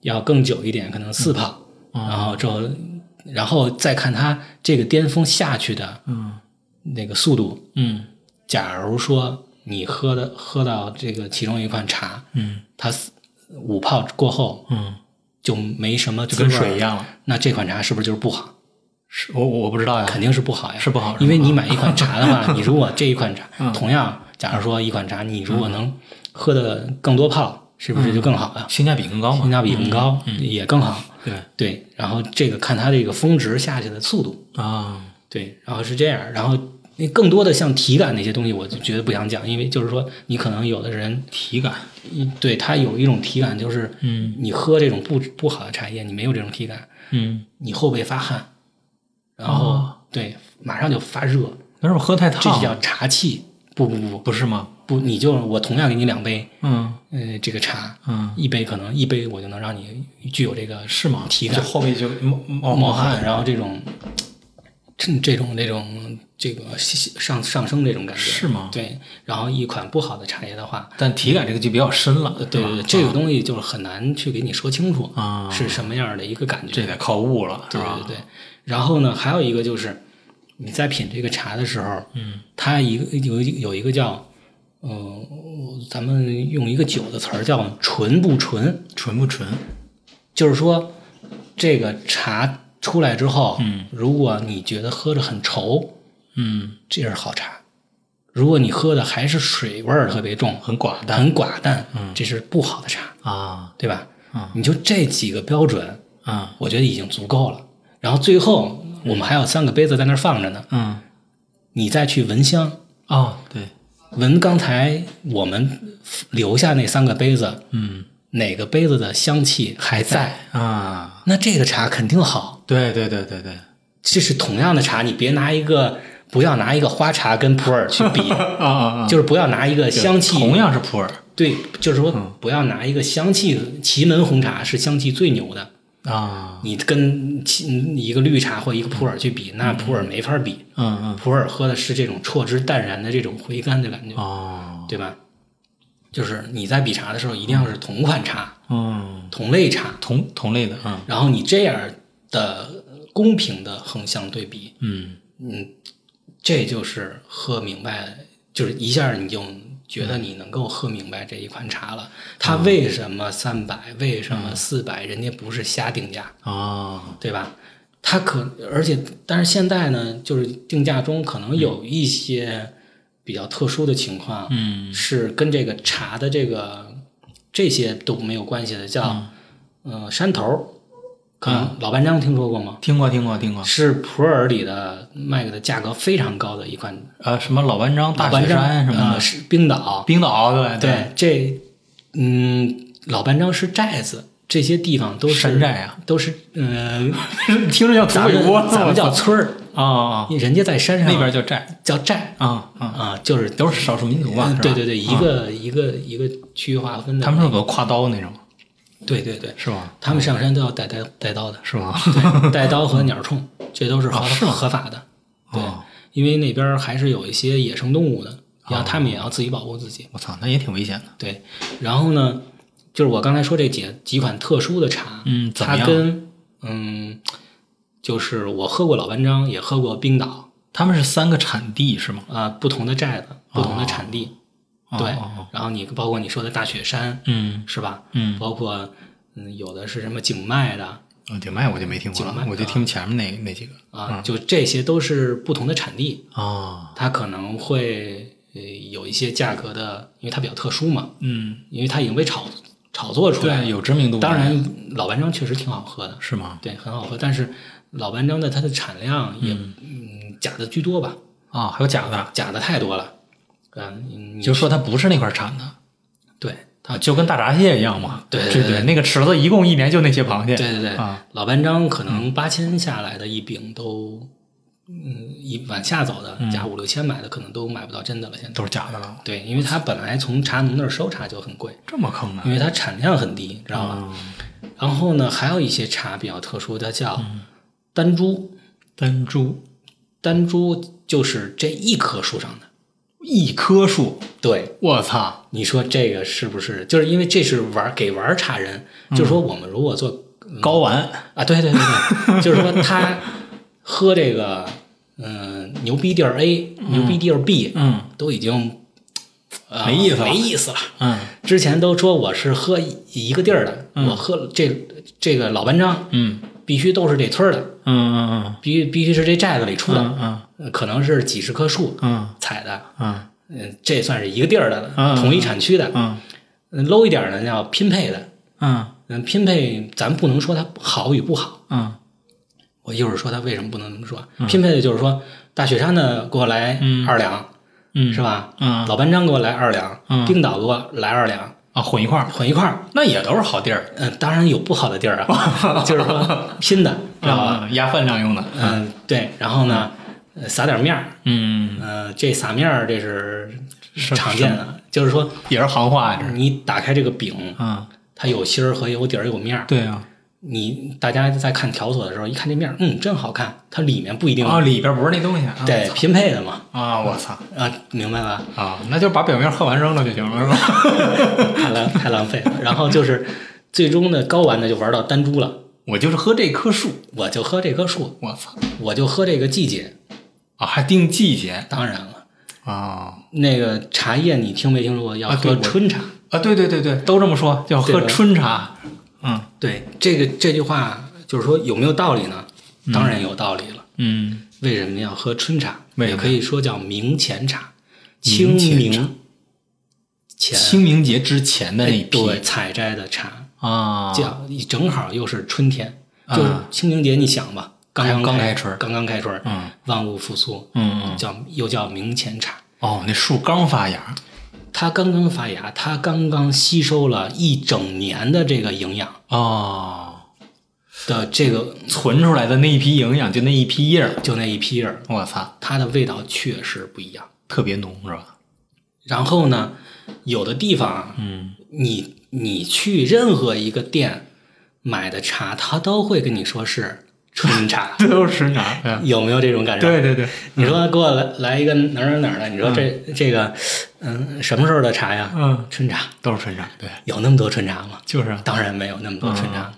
S2: 要更久一点，可能四泡，
S1: 嗯
S2: 然后之后，然后再看它这个巅峰下去的
S1: 嗯
S2: 那个速度。
S1: 嗯
S2: 假如说你喝的喝到这个其中一款茶，
S1: 嗯
S2: 它四五泡过后
S1: 嗯，
S2: 就没什么
S1: 就
S2: 滋味
S1: 跟
S2: 儿
S1: 水一，样了。
S2: 那这款茶是不是就是不好？
S1: 是我我不知道呀，
S2: 肯定是不好呀，
S1: 啊是不好
S2: 因为你买一款茶的话，你如果这一款茶，
S1: 嗯
S2: 同样，假如说一款茶，你如果能喝的更多泡，是不是
S1: 嗯
S2: 就更好呀？
S1: 性价比更高嘛。
S2: 性价比更高，
S1: 嗯
S2: 也更好。
S1: 对
S2: 对，然后这个看它这个峰值下去的速度，
S1: 啊，
S2: 对，然后是这样，然后那更多的像体感那些东西，我就觉得不想讲，因为就是说你可能有的人
S1: 体感。
S2: 一对他有一种体感，就是
S1: 嗯
S2: 你喝这种不不好的茶叶，你没有这种体感，
S1: 嗯，
S2: 你后背发汗，然后、
S1: 哦
S2: 对，马上就发热，
S1: 但是我喝太
S2: 这
S1: 烫，
S2: 叫茶气。不不不
S1: 不是吗？
S2: 不，你就我同样给你两杯，
S1: 嗯
S2: 呃，这个茶，
S1: 嗯，
S2: 一杯可能一杯我就能让你具有这个
S1: 是吗？
S2: 体
S1: 就
S2: 感
S1: 后背就冒冒
S2: 冒
S1: 冒
S2: 汗，然后这种这这种这种这个上上升这种感觉
S1: 是吗
S2: 对，然后一款不好的茶叶的话，
S1: 但体感这个就比较深了，
S2: 呃对
S1: 吧
S2: 对，这个东西就是很难去给你说清楚
S1: 啊
S2: 是什么样的一个感觉。
S1: 这啊得靠悟了，
S2: 对
S1: 是吧
S2: 对对。然后呢，还有一个就是你在品这个茶的时候，嗯，它一个有一有一个叫，嗯、咱们用一个酒的词儿叫纯不纯，
S1: 纯不纯？
S2: 就是说这个茶出来之后，嗯，如果你觉得喝着很稠，
S1: 嗯，
S2: 这是好茶；如果你喝的还是水味儿特别重，
S1: 很寡淡
S2: 很寡淡，嗯，这是不好的茶，
S1: 啊
S2: 对吧？
S1: 嗯
S2: 你就这几个标准，
S1: 啊
S2: 我觉得已经足够了。然后最后我们还有三个杯子在那儿放着呢，
S1: 嗯
S2: 你再去闻香，
S1: 哦对，
S2: 闻刚才我们留下那三个杯子，
S1: 嗯
S2: 哪个杯子的香气还在，
S1: 啊，
S2: 那这个茶肯定好。
S1: 对对对对对，
S2: 这是同样的茶，你别拿一个不要拿一个花茶跟普洱去
S1: *laughs*
S2: 比，
S1: 啊啊啊！
S2: 就是不要拿一个香气
S1: 同嗯样是普洱
S2: 对，就是说不要拿一个香气，祁门红茶是香气最牛的，
S1: 啊，
S2: 你跟祁一个绿茶或一个普洱去比，那普洱没法比，
S1: 嗯嗯
S2: 普洱喝的是这种啜之淡然的这种回甘的感觉，
S1: 哦，
S2: 对吧？就是你在比茶的时候，一定要是同款茶、
S1: 嗯，
S2: 同类茶，
S1: 同同类的，嗯
S2: 然后你这样的公平的横向对比，
S1: 嗯
S2: 嗯，这就是喝明白，就是一下你就觉得你能够喝明白这一款茶了。它为什么三百？为什么四百？人家不是瞎定价，
S1: 啊，
S2: 对吧？它可而且，但是现在呢，就是定价中可能有一些比较特殊的情况，
S1: 嗯
S2: 是跟这个茶的这个这些都没有关系的，叫呃山头儿，可能老班章听说过吗？
S1: 听过听过听过，
S2: 是普洱里的卖的价格非常高的一款
S1: 呃，什么老班章、大
S2: 老班
S1: 雪
S2: 章
S1: 山什么
S2: 呃
S1: 的，
S2: 是冰岛，哎
S1: 冰岛，对，
S2: 对这嗯老班章是寨子，这些地方都是
S1: 山寨啊，
S2: 都是嗯、
S1: *laughs* 听着像
S2: 咱
S1: 土
S2: 们
S1: 匪窝
S2: 咱们叫村儿，
S1: 啊啊，
S2: 人家在山上
S1: 那边叫寨
S2: 叫寨
S1: 啊啊，
S2: 啊，就是呃
S1: 都是少数民族吧？啊是吧啊
S2: 对对对，一个一个一个区域划分的，
S1: 他们是有个挎刀那种，
S2: 对对对，
S1: 是吗？
S2: 他们上山都要带带带
S1: *laughs*
S2: 刀的，
S1: 是吗？
S2: 带刀和鸟铳，这都是合
S1: 啊是吗
S2: 合法的，对
S1: 哦，
S2: 因为那边还是有一些野生动物的，
S1: 啊
S2: 然后他们也要自己保护自己。
S1: 我操，那也挺危险的。
S2: 对，然后呢，就是我刚才说这几几款特殊的茶，
S1: 嗯怎么
S2: 它
S1: 样
S2: 跟嗯，就是我喝过老班章，也喝过冰岛啊、
S1: 他们是三个产地是吗？
S2: 不同的寨子，不同的产地，
S1: 哦
S2: 对。
S1: 哦哦
S2: 然后你包括你说的大雪山，
S1: 嗯
S2: 是吧？
S1: 嗯，
S2: 包括嗯，有的是什么景迈的
S1: 哦景迈我就没听过
S2: 景
S1: 了
S2: 迈，
S1: 我就听前面那那几个
S2: 啊，就这些都是不同的产地，
S1: 啊，
S2: 它可能会呃有一些价格的，因为它比较特殊嘛，
S1: 嗯，
S2: 因为它已经被炒炒作出来
S1: 对，
S2: 了。
S1: 有知名度，
S2: 当然，老班章确实挺好喝的，
S1: 是吗？
S2: 对，很好喝。但是老班章的它的产量也嗯假的居多吧，
S1: 啊，还有假的，
S2: 假的太多了。嗯，你你
S1: 就说它不是那块产的，
S2: 对它
S1: 就跟大闸蟹一样嘛。
S2: 对对
S1: 对
S2: 对
S1: 那个池子一共一年就那些螃蟹。
S2: 对对对，
S1: 啊
S2: 老班章可能八千下来的一饼都，嗯，一往下走的，假五六千买的可能都买不到真的了。现在
S1: 都是假的了，
S2: 对，因为它本来从茶农那儿收茶就很贵，
S1: 这么坑啊
S2: 因！为它产量很低，知道吧？
S1: 啊，
S2: 然后呢，还有一些茶比较特殊，它叫丹珠，
S1: 丹珠
S2: 丹珠就是这一棵树上的。
S1: 一棵树，
S2: 对，
S1: 我操！
S2: 你说这个是不是？就是因为这是玩给玩茶人，
S1: 嗯
S2: 就是说我们如果做
S1: 睾丸
S2: 啊，对对对对，就是说他喝这个，嗯、牛逼地儿 A，牛逼地儿 B，
S1: 嗯
S2: 都已经、呃
S1: 没意思了
S2: 没意思了。
S1: 嗯
S2: 之前都说我是喝一个地儿的，我喝这这个老班章
S1: 嗯
S2: 必须都是这村儿的，
S1: 嗯嗯
S2: 必须必须是这寨子里出的，
S1: 嗯嗯
S2: 呃可能是几十棵树
S1: 嗯
S2: 采的，
S1: 嗯
S2: 嗯、这算是一个地儿的了，
S1: 嗯嗯
S2: 同一产区的。
S1: 嗯
S2: 嗯 low 一点儿的叫拼配的，
S1: 嗯
S2: 嗯，拼配咱不能说它好与不好，
S1: 嗯
S2: 我一会儿说它为什么不能这么说。拼配的就是说，大雪山的给我来二两，
S1: 嗯
S2: 是吧？
S1: 嗯
S2: 老班章给我来二两，
S1: 嗯
S2: 冰岛给我来二两，
S1: 啊，混一块儿，
S2: 混一块儿。
S1: 那也都是好地儿，
S2: 嗯、当然有不好的地
S1: *laughs*
S2: 儿啊，就是说拼的，知道吧？
S1: 啊，压饭量用的。
S2: 嗯、对。然后呢，呃撒点面儿，
S1: 嗯，
S2: 嗯、这撒面儿这是
S1: 是
S2: 常见的，就是说
S1: 也是行话呀。
S2: 你打开这个饼，
S1: 嗯，
S2: 它有芯儿和有底儿有面儿。
S1: 对啊。
S2: 你大家在看条索的时候，一看这面儿，嗯，真好看，它里面不一定、
S1: 啊，里边不是那东西。啊
S2: 对拼配的嘛，
S1: 啊，我操
S2: 啊，明白吧？
S1: 啊，那就把表面喝完扔了就行了，是吧？ *laughs*
S2: 太浪太浪费了。然后就是最终的高玩的就玩到单株了，
S1: 我就是喝这棵树，
S2: 我就喝这棵树，
S1: 我操
S2: 我就喝这个季节。
S1: 啊，还定季节
S2: 当然了，
S1: 啊
S2: 那个茶叶你听没听说过要
S1: 啊对
S2: 喝
S1: 我
S2: 春茶？
S1: 啊，对对对对，都这么说，叫喝
S2: 对吧
S1: 春茶，嗯
S2: 对，这个这句话就是说有没有道理呢？当然有道理了。
S1: 嗯，
S2: 为什么要喝春茶？
S1: 为什
S2: 也
S1: 么
S2: 可以说叫明前茶，清
S1: 明前茶
S2: 明前
S1: 清明节之前的那
S2: 哎
S1: 一批
S2: 对采摘的茶，
S1: 啊，
S2: 叫正好又是春天，
S1: 啊
S2: 就是清明节，你想吧，刚刚
S1: 刚
S2: 开
S1: 开春
S2: 刚刚开春，
S1: 嗯
S2: 万物复苏，
S1: 嗯嗯，
S2: 叫又叫明前茶，
S1: 哦，那树刚发芽，
S2: 它刚刚发芽，它刚刚吸收了一整年的这个营养，
S1: 哦，
S2: 的这个
S1: 存出来的那一批营养，就那一批叶儿，
S2: 就那一批人，
S1: 我操，
S2: 它的味道确实不一样。
S1: 特别浓是吧？ *laughs*
S2: 然后呢，有的地方啊，
S1: 嗯，
S2: 你你去任何一个店买的茶，他都会跟你说是
S1: *laughs*
S2: 春茶，
S1: 这都是吃茶。嗯
S2: 有没有这种感觉？
S1: 对对对，
S2: 你说给我来来一个哪儿哪儿哪儿的，你说这、这个，嗯，什么时候的茶呀？
S1: 嗯，
S2: 春茶
S1: 都是春茶，对，
S2: 有那么多春茶吗？
S1: 就是啊，
S2: 当然没有那么多春茶，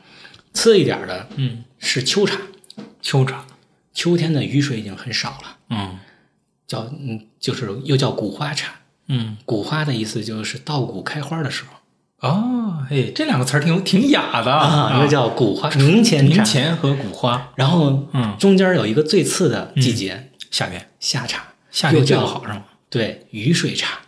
S2: 次一点儿的
S1: 嗯，
S2: 是秋茶，
S1: 秋茶，
S2: 秋天的雨水已经很少了，
S1: 嗯
S2: 叫嗯，就是又叫谷花茶。
S1: 嗯，
S2: 谷花的意思就是稻谷开花的时候
S1: 哦，哎，这两个词儿挺挺雅的
S2: 啊，又叫谷花明前茶
S1: 明。前和古花，
S2: 然后
S1: 嗯，
S2: 中间有一个最次的季节，
S1: 夏天，
S2: 嗯夏茶，
S1: 夏天
S2: 又
S1: 最
S2: 叫嗯
S1: 好是吗？
S2: 对雨水茶。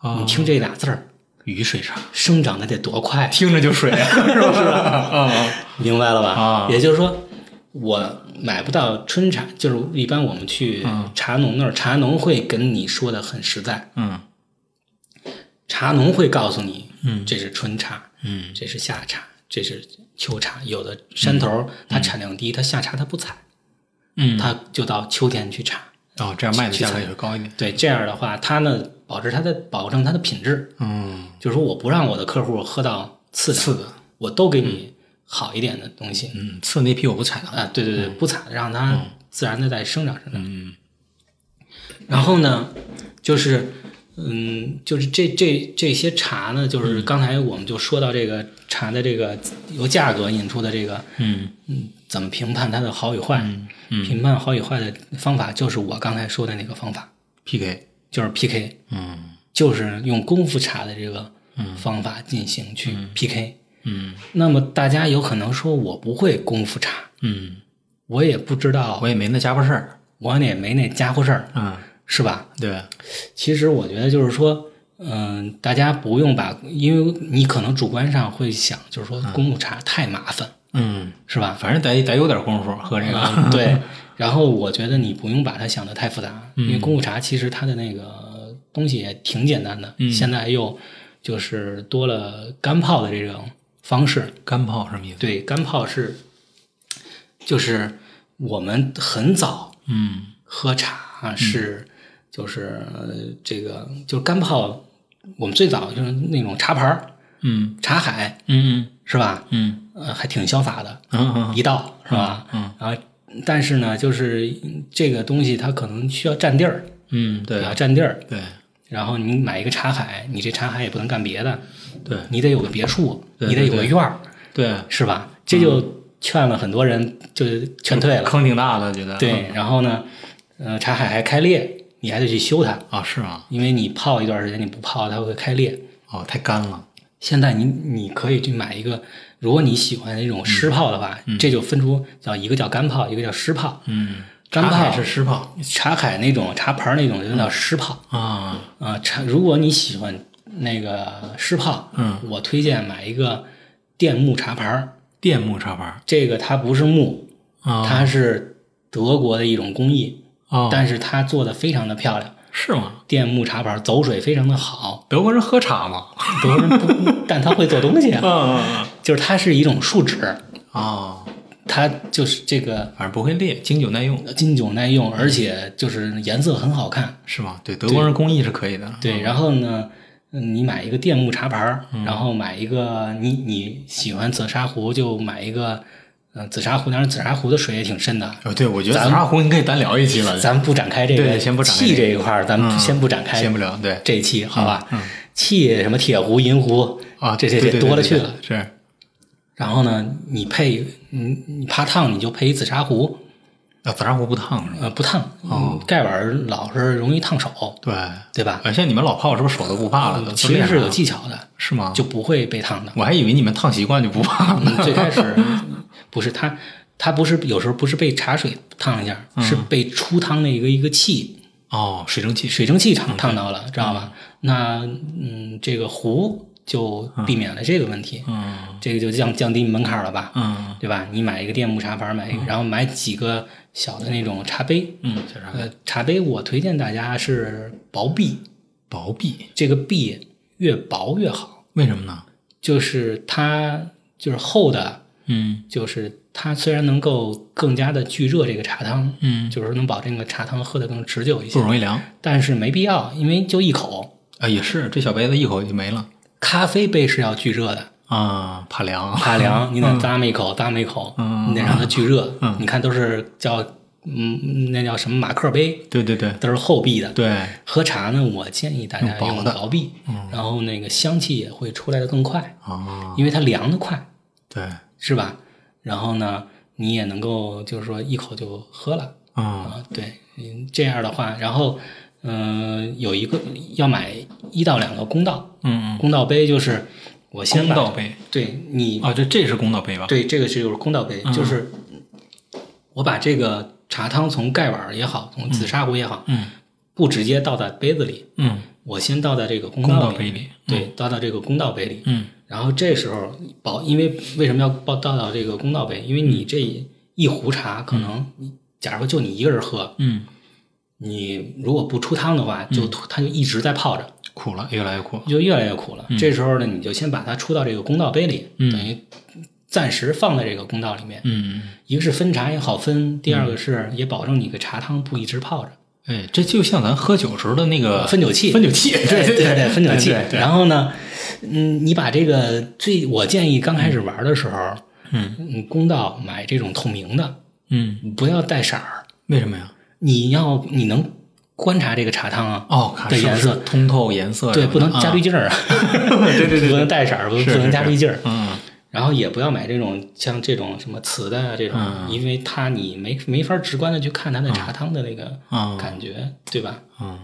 S1: 啊
S2: 你，听这俩字儿，
S1: 雨水茶，
S2: 生长的得多快，啊
S1: 听着就水， *laughs* 是不是？啊啊
S2: 明白了吧？
S1: 啊
S2: 也就是说，我买不到春茶，就是一般我们去
S1: 嗯
S2: 茶农那儿，茶农会跟你说的很实在，
S1: 嗯
S2: 茶农会告诉你，
S1: 嗯
S2: 这是春茶，
S1: 嗯
S2: 这是夏茶，这是秋茶。有的山头儿它产量低，它夏茶它不采，
S1: 嗯，
S2: 它就到秋天去产。
S1: 哦，这样卖的价格也会高一点。
S2: 对，这样的话，它呢保持它的保证它的品质，
S1: 嗯
S2: 就是说我不让我的客户喝到次次的，我都给你好一点的东西。
S1: 嗯，次那批我不采了。
S2: 啊，对对对，不惨，让它自然的在生长生长。
S1: 嗯
S2: 然后呢，就是嗯，就是这这这些茶呢，就是
S1: 嗯
S2: 刚才我们就说到这个茶的这个由价格引出的这个，
S1: 嗯
S2: 嗯，怎么评判它的好与坏？
S1: 嗯
S2: 评判好与坏的方法就是我刚才说的那个方法，
S1: ，PK，
S2: 就是 PK，
S1: 嗯
S2: 就是用功夫茶的这个方法进行去 PK。
S1: 嗯
S2: 那么大家有可能说我不会功夫茶，
S1: 嗯，
S2: 我也不知道，
S1: 我也没那家伙事儿。
S2: 我也没那家伙事儿，
S1: 嗯，
S2: 是吧？
S1: 对，
S2: 其实我觉得就是说，嗯、大家不用把，因为你可能主观上会想，就是说公务茶太麻烦，
S1: 嗯，*laughs*
S2: 是吧？
S1: 反正得得有点功夫喝这个。
S2: 嗯对。然后我觉得你不用把它想得太复杂，因为公务茶其实它的那个东西也挺简单的，现在又就是多了干泡的这种方式。
S1: *laughs* 干泡什么意思？
S2: 对，干泡是就是我们很早
S1: 嗯
S2: 喝茶啊是就是呃这个就是干泡，我们最早就是那种茶盘儿、
S1: 嗯
S2: 茶海
S1: 嗯
S2: 是吧？
S1: 嗯
S2: 呃，还挺消法的，
S1: 嗯嗯
S2: 一道是吧？
S1: 嗯
S2: 然后但是呢，就是这个东西它可能需要占地儿，
S1: 嗯，对
S2: 啊，占地儿。
S1: 对
S2: 然后你买一个茶海，你这茶海也不能干别的，
S1: 对
S2: 你得有个别墅，
S1: 对
S2: 你得有个
S1: 对嗯
S2: 院儿，
S1: 对，
S2: 是吧？这就劝了很多人，就劝退了。
S1: 坑挺大的，觉得
S2: 对，然后呢，呃，茶海还开裂，你还得去修它。
S1: 啊，是吗？
S2: 因为你泡一段时间你不泡它会开裂。
S1: 哦，太干了。
S2: 现在你你可以去买一个，如果你喜欢那种
S1: 嗯
S2: 湿泡的话，这就分出叫一个叫干泡，一个叫湿泡。
S1: 嗯，
S2: 干
S1: 茶
S2: 泡
S1: 海是湿泡
S2: 茶海那种茶盘那种就叫湿泡
S1: 啊，
S2: 啊、茶如果你喜欢那个湿泡，
S1: 嗯，
S2: 我推荐买一个电木茶盘儿，
S1: 电木茶盘
S2: 这个它不是木，
S1: 啊
S2: 它是德国的一种工艺，
S1: 哦，
S2: 但是它做的非常的漂亮。
S1: 是吗？
S2: 电木茶盘儿走水非常的好，
S1: 德国人喝茶吗？
S2: 德国人不， *laughs* 但他会做东西啊。
S1: 嗯
S2: 就是它是一种树脂，
S1: 啊，
S2: 它就是这个
S1: 反正不会裂，经久耐用，
S2: 经久耐用，而且就是颜色很好看。
S1: 是吗？对，德国人工艺是可以的。
S2: 对，然后呢，嗯你买一个电木茶盘儿，
S1: 嗯
S2: 然后买一个你你喜欢紫砂壶就买一个，嗯、紫砂壶，当然紫砂壶的水也挺深的。
S1: 哦，对，我觉得紫砂壶应该单聊一期了，
S2: 咱们不展开这个
S1: 对先不展开
S2: 气
S1: 这
S2: 这一块儿，咱们
S1: 嗯
S2: 先不展开，
S1: 先不聊。对
S2: 这一期，好吧？气什么铁壶、银壶
S1: 啊，
S2: 这些
S1: 对
S2: 这
S1: 对对
S2: 多了
S1: 对
S2: 去
S1: 对
S2: 了。
S1: 是啊
S2: 然后呢，你配你你怕烫，你就配一紫砂壶，
S1: 啊，紫砂壶不烫是吗？
S2: 呃，不烫，嗯，盖碗儿老是容易烫手，
S1: 对，啊，
S2: 对吧？
S1: 现在你们老泡是不是手都不怕了？都
S2: 其实
S1: 练
S2: 是
S1: 上
S2: 有
S1: 了
S2: 技巧的，
S1: 是吗？
S2: 就不会
S1: *laughs*
S2: 被烫的。
S1: 我还以为你们烫习惯就不怕了。
S2: 嗯最开始不是它，它不是有时候不是被茶水烫一下，是被出汤的一个一个气
S1: 哦，水蒸气，
S2: 水蒸气烫烫到了，知道吧？那嗯，这个壶就避免了这个问题，
S1: 嗯
S2: 这个就降降低门槛了吧？
S1: 嗯
S2: 对吧？你买一个电木茶盘，买一个，然后买几个小的那种茶杯。
S1: 嗯，小啥？
S2: 呃，茶杯我推荐大家是薄壁，
S1: 薄壁，
S2: 这个壁越薄越好，
S1: 为什么呢？
S2: 就是它就是厚的，
S1: 嗯
S2: 就是它虽然能够更加的聚热这个茶汤，
S1: 嗯，
S2: 就是能保证个茶汤喝得更持久一
S1: 不
S2: 些，
S1: 容易凉
S2: 但是没必要，因为就一口，
S1: 啊，也是这小杯子一口就没了
S2: 咖啡杯是要聚热的，
S1: 啊，怕凉，
S2: 怕凉，你得咂摸一口，咂摸一口，
S1: 嗯
S2: 你得让它聚热。
S1: 嗯
S2: 你看都是叫嗯，那叫什么马克杯，
S1: 对对对
S2: 都是厚壁的。
S1: 对，
S2: 喝茶呢，我建议大家
S1: 用薄
S2: 用
S1: 的嗯
S2: 薄壁，然后那个香气也会出来的更快，
S1: 啊，
S2: 因为它凉的快，
S1: 对
S2: 是吧？然后呢，你也能够就是说一口就喝了
S1: 啊，
S2: 啊。对，嗯，这样的话，然后嗯、呃有一个要买一到两个公道，
S1: 嗯嗯，
S2: 公道杯就是我先
S1: 公
S2: 把
S1: 道杯
S2: 对你
S1: 啊，这嗯这是公道杯吧？
S2: 对，这个是就是公道杯，就是我把这个茶汤从盖碗儿也好，从紫砂壶也好，
S1: 嗯
S2: 不直接倒在杯子里，
S1: 嗯，
S2: 我先倒在这个公
S1: 公道
S2: 道里，
S1: 杯嗯里，
S2: 对，倒到这个公道杯里。
S1: 嗯
S2: 然后这时候保，因为为什么要倒倒到这个公道杯？因为你这一壶茶可能，假如说就你一个人喝，
S1: 嗯，
S2: 你如果不出汤的话，就吐它就一直在泡着，
S1: 苦了，越来越苦，
S2: 就越来越苦了。这时候呢，你就先把它出到这个公道杯里，
S1: 嗯
S2: 等于暂时放在这个公道里面。
S1: 嗯，
S2: 一个是分茶也好分，第二个是也保证你个茶汤不一直泡着。呃
S1: 哎，这就像咱喝酒时候的那个
S2: 分酒器
S1: 分酒器，
S2: *laughs* 对
S1: 对
S2: 对分酒器。
S1: 对对
S2: 然后呢，嗯，你把这个最，我建议刚开始玩的时候，
S1: 嗯
S2: 嗯，公道买这种透明的，
S1: 嗯，
S2: 不要带色儿。
S1: 为什么呀？
S2: 你要你能观察这个茶汤啊，
S1: 哦，看
S2: 的
S1: 是不
S2: 颜
S1: 是
S2: 色
S1: 通透颜色什
S2: 对，
S1: 么的，
S2: 不能 *laughs* 加滤
S1: 啊，
S2: 镜儿啊，
S1: *laughs* 对对对
S2: 不
S1: 对，
S2: 能带色儿，不
S1: 是
S2: 不能加
S1: 是
S2: 滤镜儿。
S1: 嗯
S2: 然后也不要买这种像这种什么瓷的啊这种，
S1: 嗯
S2: 因为它你没没法直观的去看它的茶汤的那个
S1: 嗯
S2: 感觉，对吧？
S1: 嗯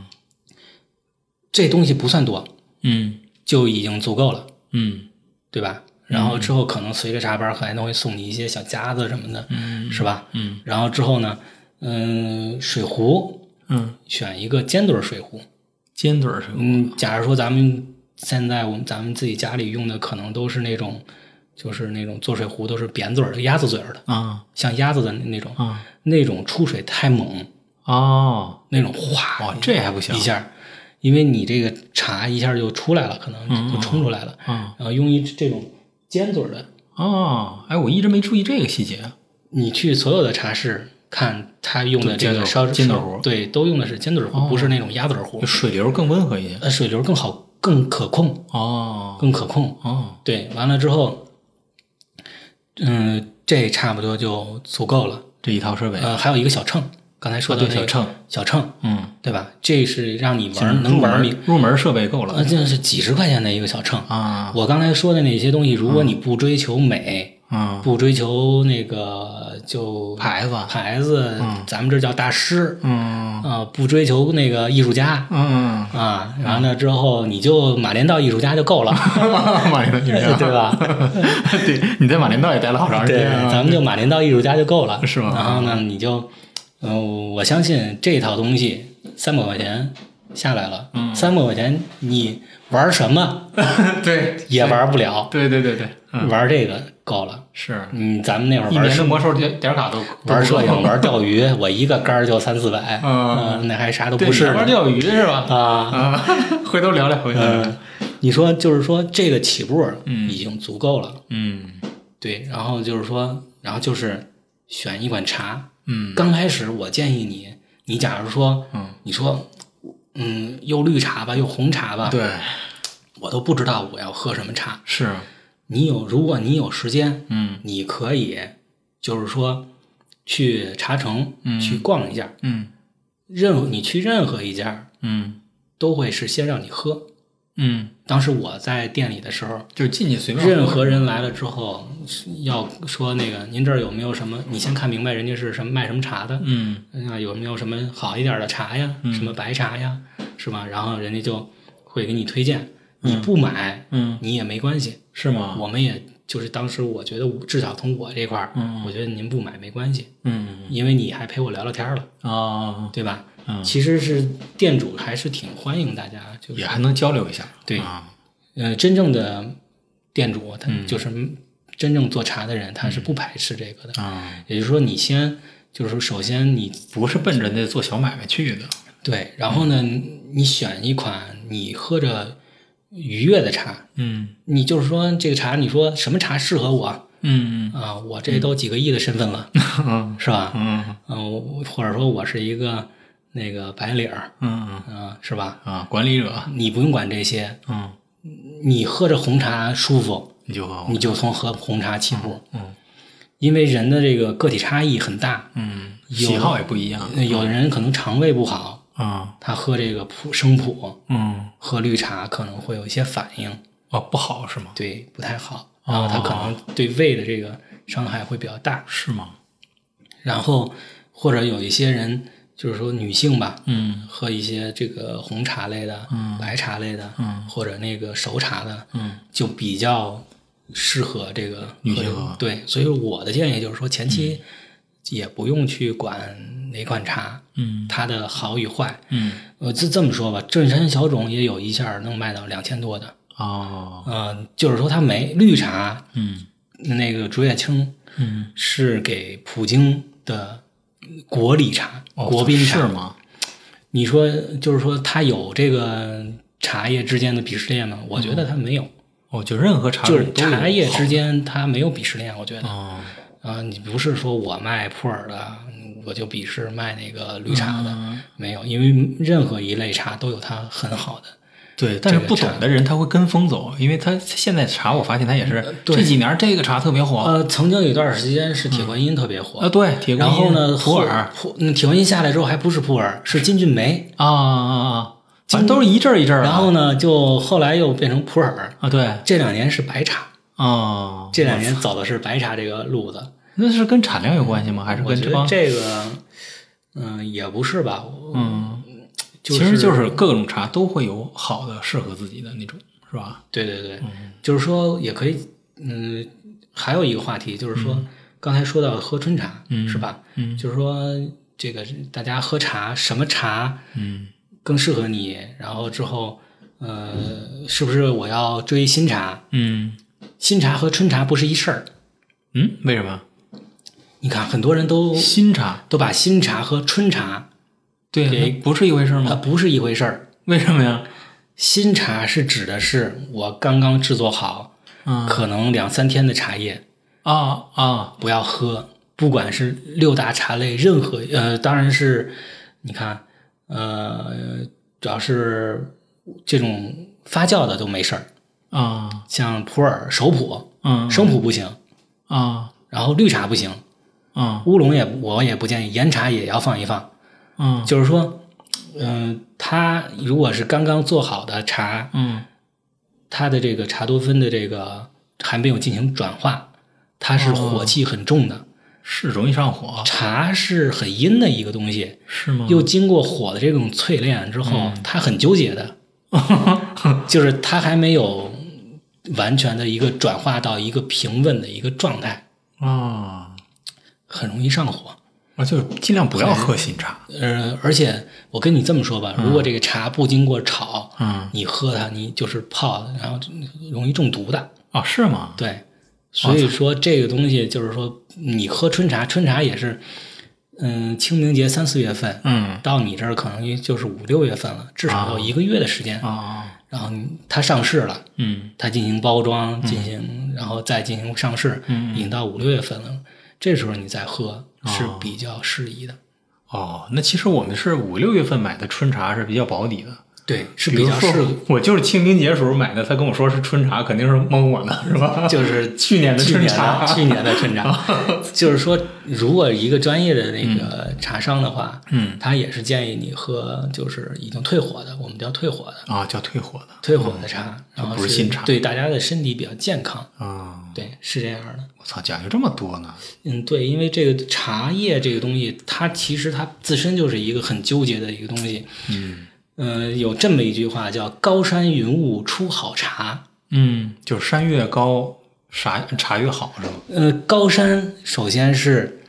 S2: 这东西不算多，
S1: 嗯
S2: 就已经足够了，
S1: 嗯
S2: 对吧？然后之后可能随着茶班还能会送你一些小夹子什么的，
S1: 嗯
S2: 是吧？
S1: 嗯
S2: 然后之后呢，嗯，水壶
S1: 嗯，
S2: 选一个尖嘴水壶，
S1: 尖嘴儿是吧
S2: 嗯，假如说咱们现在我们咱们自己家里用的可能都是那种，就是那种做水壶都是扁嘴儿的鸭子嘴儿的，
S1: 啊
S2: 像鸭子的那种，
S1: 啊
S2: 那种出水太猛，
S1: 哦，
S2: 那种哗
S1: 哇，这还不行
S2: 一下，因为你这个茶一下就出来了，可
S1: 嗯
S2: 能就冲出来了。
S1: 啊
S2: 然后用一这种尖嘴儿的，
S1: 哦，哎，我一直没注意这个细节，
S2: 你去所有的茶室看，他用的这
S1: 都尖嘴
S2: 个烧
S1: 尖嘴壶
S2: 对，都用的是尖嘴壶，不是那种鸭嘴壶
S1: 就。水流更温和一些
S2: 呃，水流更好，更可控，
S1: 哦
S2: 更可控。
S1: 哦，
S2: 对，完了之后，嗯，这差不多就足够了。
S1: 这一套设备，
S2: 呃，还有一个小秤，刚才说
S1: 啊
S2: 的
S1: 对
S2: 那
S1: 小
S2: 个
S1: 秤，
S2: 小秤，
S1: 嗯，
S2: 对吧？这是让你
S1: 入
S2: 玩能玩明，
S1: 入门设备够了
S2: 呃，这是几十块钱的一个小秤。
S1: 啊嗯
S2: 我刚才说的那些东西，如果你不追求美，
S1: 啊，
S2: 不追求那个就
S1: 牌子，
S2: 牌子，咱们这叫大师
S1: 嗯
S2: 啊、不追求那个艺术家 *laughs*
S1: 嗯，
S2: 啊，然后呢之后你就马连道艺术家就
S1: *laughs*
S2: 够了，
S1: 马连道也
S2: *laughs* 对吧？
S1: 对，你在马连道也待了好长时
S2: 对
S1: 间，啊，
S2: 咱们就马连道艺术家就够了，
S1: 是吗
S2: 然后呢，你就，嗯、我相信这套东西三百块钱下来了，
S1: 嗯
S2: 三百块钱你玩什么
S1: *laughs* 对
S2: 也玩不了，
S1: 对对对对，嗯，
S2: 玩这个够了。
S1: 是
S2: 嗯，咱们那会儿
S1: 一
S2: 玩
S1: 年的
S2: 摄
S1: 魔兽点点卡都
S2: 玩摄影、
S1: 了，
S2: 玩钓鱼，我一个杆儿就三四百，
S1: 嗯
S2: 嗯，那还啥都
S1: 对，
S2: 不是
S1: 你还玩
S2: 呢
S1: 钓鱼是吧？
S2: 啊。
S1: 啊，回头聊聊，回头聊聊。
S2: 嗯，你说就是说这个起步已经足够了，
S1: 嗯
S2: 对。然后就是说，然后就是选一款茶，
S1: 嗯
S2: 刚开始我建议你，你假如说，
S1: 嗯，
S2: 你说，嗯，又绿茶吧，又红茶吧，
S1: 嗯对，
S2: 我都不知道我要喝什么茶。
S1: 是，
S2: 你有，如果你有时间，
S1: 嗯
S2: 你可以就是说去茶城、去逛一下，
S1: 嗯
S2: 任何你去任何一家
S1: 嗯
S2: 都会是先让你喝。
S1: 嗯，
S2: 当时我在店里的时候，
S1: 就是进去随便
S2: 任何人来了之后，要说那个您这儿有没有什么？你先看明白人家是什么卖什么茶的，
S1: 嗯
S2: 那有没有什么好一点的茶呀？什么白茶呀，是吧？然后人家就会给你推荐，你不买、
S1: 嗯，
S2: 你也没关系。
S1: 是吗？
S2: 我们也就是当时我觉得我，至少从我这块儿，
S1: 嗯
S2: 我觉得您不买没关系，
S1: 嗯
S2: 因为你还陪我聊聊天儿了，
S1: 啊，
S2: 对吧？
S1: 嗯
S2: 其实是店主还是挺欢迎大家，就是
S1: 也还能交流一下，
S2: 对
S1: 啊，
S2: 呃，真正的店主，他
S1: 嗯
S2: 就是真正做茶的人，他是不排斥这个的。
S1: 啊，
S2: 也就是说，你先就是说，首先你
S1: 不是奔着那做小买卖去的，
S2: 对，然后呢，
S1: 嗯
S2: 你选一款你喝着愉悦的茶，
S1: 嗯
S2: 你就是说这个茶，你说什么茶适合我？
S1: 嗯
S2: 啊，我这都几个亿的身份了，
S1: 嗯
S2: *laughs* 是吧？
S1: 嗯
S2: 嗯，我或者说我是一个那个白领儿，
S1: 嗯
S2: 嗯、是吧？
S1: 嗯啊，管理者，
S2: 你不用管这些，
S1: 嗯，
S2: 你喝着红茶舒服，
S1: 你就好
S2: 你就从喝红茶起步，
S1: 嗯
S2: 因为人的这个个体差异很大，
S1: 嗯，
S2: 有
S1: 喜好也不一样，
S2: 有的人可能肠胃不好，
S1: 啊
S2: 他喝这个普生普，
S1: 嗯
S2: 喝绿茶可能会有一些反应，
S1: 哦不好是吗？
S2: 对，不太好，
S1: 哦
S2: 然后他可能对胃的这个伤害会比较大，
S1: 是吗？
S2: 然后或者有一些人就是说女性吧，
S1: 嗯
S2: 喝一些这个红茶类的、
S1: 嗯
S2: 白茶类的，
S1: 嗯
S2: 或者那个熟茶的，
S1: 嗯
S2: 就比较适合这个
S1: 女性啊
S2: 这个
S1: 喝
S2: 对，所以我的建议就是说，前期也不用去管哪款茶、
S1: 嗯
S2: 它的好与坏。
S1: 嗯
S2: 呃，就这么说吧，正山小种也有一下能卖到两千多的，
S1: 哦
S2: 呃，就是说它没绿茶
S1: 嗯
S2: 那个竹叶青
S1: 嗯
S2: 是给普京的国礼茶、
S1: 哦
S2: 国宾茶
S1: 是吗？
S2: 你说就是说它有这个茶叶之间的鄙视链吗？我觉得它没有，
S1: 哦，就任何茶
S2: 就
S1: 种
S2: 是
S1: 都有
S2: 茶叶
S1: 好
S2: 之间它没有鄙视链，我觉得啊、
S1: 哦
S2: 你不是说我卖普洱的，我就鄙视卖那个绿茶的，
S1: 嗯
S2: 没有，因为任何一类茶都有它很好的。
S1: 对，但是
S2: 这个
S1: 不
S2: 茶
S1: 懂的人他会跟风走，因为他现在茶我发现他也是
S2: 呃对
S1: 这几年这个茶特别火
S2: 呃，曾经有一段时间是铁观音特别火，
S1: 啊，对，铁观
S2: 呃然后
S1: 音
S2: 呢，
S1: 普洱，
S2: 普嗯铁观音下来之后还不是普洱，是金骏眉，
S1: 啊啊啊，反正都是一阵儿一阵儿的。
S2: 然后呢，就后来又变成普洱，
S1: 啊，对，
S2: 这两年是白茶，
S1: 哦，
S2: 这两年走的是白茶这个路子。
S1: 那是跟产量有关系吗？还是
S2: 我
S1: 跟
S2: 觉
S1: 这
S2: 得
S1: 帮？
S2: 这个，嗯、也不是吧，我
S1: 嗯，
S2: 就是、
S1: 其实就是各种茶都会有好的适合自己的那种，是吧？
S2: 对对对，
S1: 嗯
S2: 就是说也可以，嗯，还有一个话题就是说，刚才说到喝春茶，
S1: 嗯
S2: 是吧？
S1: 嗯
S2: 就是说这个大家喝茶，什么茶
S1: 嗯
S2: 更适合你？然后之后，呃，是不是我要追新茶？
S1: 嗯
S2: 新茶和春茶不是一事儿。
S1: 嗯，为什么？
S2: 你看，很多人都
S1: 新茶
S2: 都把新茶和春茶
S1: 对
S2: 给呃
S1: 那不是一回事
S2: 它
S1: 吗？
S2: 不是一回事儿。
S1: 为什么呀？
S2: 新茶是指的是我刚刚制作好，
S1: 嗯
S2: 可能两三天的茶叶
S1: 啊啊
S2: 不要喝，不管是六大茶类任何呃，当然是你看呃，主要是这种发酵的都没事儿，
S1: 啊
S2: 像普洱、熟普、
S1: 嗯
S2: 生普不行，
S1: 啊
S2: 然后绿茶不行，
S1: 啊
S2: 乌龙也我也不建议，岩茶也要放一放，
S1: 嗯
S2: 就是说，嗯、它如果是刚刚做好的茶，
S1: 嗯
S2: 它的这个茶多酚的这个还没有进行转化，它是火气很重的。
S1: 是容易上火
S2: 茶是很阴的一个东西，
S1: 是吗？ *laughs*
S2: 又经过火的这种淬炼之后，它很纠结的，
S1: 啊
S2: 就是它还没有完全的一个转化到一个平稳的一个状态，
S1: 啊
S2: 很容易上火。
S1: 啊，就是尽量不要喝新茶。
S2: 呃，而且我跟你这么说吧，如果这个茶不经过炒，
S1: 嗯
S2: 你喝它，你就是泡，然后容易中毒的。
S1: 啊，是吗？
S2: 对，所以说这个东西就是说，你喝春茶，春茶也是，嗯，清明节三四月份，
S1: 嗯
S2: 到你这儿可能就是五六月份了，至少有一个月的时间。
S1: 啊
S2: 然后你它上市了，
S1: 嗯嗯
S2: 它进行包装，进行然后再进行上市，已经到五六月份了，这时候你再喝是比较适宜的。
S1: 哦，那其实我们是五六月份买的春茶是比较保底的。
S2: 对，是
S1: 比
S2: 比
S1: 如
S2: 较适
S1: 说
S2: 合，
S1: 我就是清明节时候买的，他跟我说是春茶，肯定是蒙我呢，是
S2: *laughs*
S1: 吧？
S2: 就是
S1: 去年的
S2: 去
S1: 春
S2: 年
S1: 茶
S2: 的 *laughs* 去年的春茶，
S1: *laughs*
S2: 就是说，如果一个专业的那个茶商的话，
S1: 嗯，
S2: 他也是建议你喝就是已经退火的，我们叫退火的，
S1: 啊，叫退火的
S2: 退火的茶，然
S1: 嗯
S2: 后
S1: 不是新茶
S2: 对大家的身体比较健康，
S1: 啊！
S2: 对，是这样的。
S1: 我操，讲究这么多呢？
S2: 嗯，对，因为这个茶叶这个东西，它其实它自身就是一个很纠结的一个东西。
S1: 嗯
S2: 嗯、有这么一句话叫“高山云雾出好茶
S1: 嗯，就是山越高，茶茶越好，是吧？”。
S2: 呃，高山首先是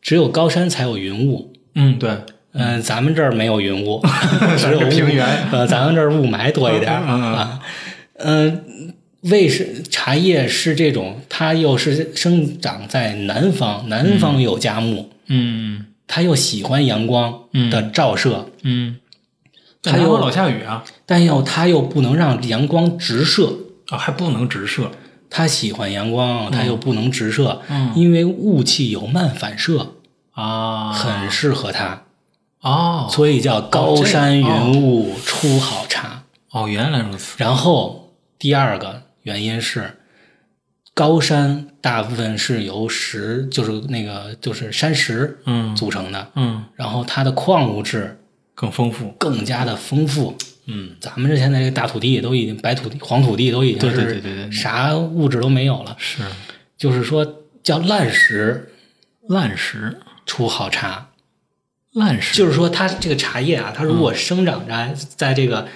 S2: 只有高山才有云雾，
S1: 嗯，对，
S2: 嗯，咱们这儿没有
S1: *laughs*
S2: 云雾，只
S1: 咱
S2: 有
S1: 这
S2: 雾
S1: 平原。
S2: 呃，咱们这儿雾霾多一点儿
S1: 嗯嗯嗯
S2: 啊。嗯，为是茶叶是这种，它又是生长在南方，南方有佳木，
S1: 嗯
S2: 它又喜欢阳光的照射，
S1: 嗯，
S2: 它
S1: 还有
S2: 又
S1: 老下雨啊
S2: 但又它又不能让阳光直射，
S1: 啊，还不能直射
S2: 它喜欢阳光，它又不能直射，
S1: 嗯
S2: 因为雾气有漫反射，
S1: 啊，
S2: 很适合它，
S1: 哦
S2: 所以叫高山
S1: 这个哦
S2: 云雾出好茶。
S1: 哦，原来如此，
S2: 然后第二个原因是，高山大部分是由石，就是那个就是山石
S1: 嗯
S2: 组成的，
S1: 嗯，
S2: 然后它的矿物质
S1: 更丰富，
S2: 更加的丰富。
S1: 嗯，
S2: 咱们这现在这个大土地都已经白土地、黄土地都已经
S1: 对对
S2: 是
S1: 对对对
S2: 啥物质都没有了，
S1: 是
S2: 就是说叫烂石
S1: 烂石，
S2: 出好茶，
S1: 烂石
S2: 就是说它这个茶叶啊，它如
S1: 嗯
S2: 果生长在在这个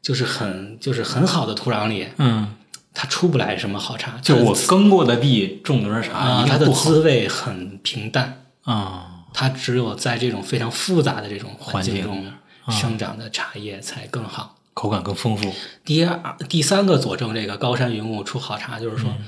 S2: 就是很就是很好的土壤里，
S1: 嗯，
S2: 它出不来什么好茶，
S1: 就
S2: 它的
S1: 我耕过的地种多少茶，
S2: 啊，
S1: 一
S2: 它
S1: 定
S2: 的
S1: 不好
S2: 滋味很平淡，
S1: 啊，
S2: 它只有在这种非常复杂的这种环境
S1: 环
S2: 中
S1: 啊
S2: 生长的茶叶才更好。
S1: 口感更丰富，
S2: 第二、第三个佐证这个高山云雾出好茶，就是说，
S1: 嗯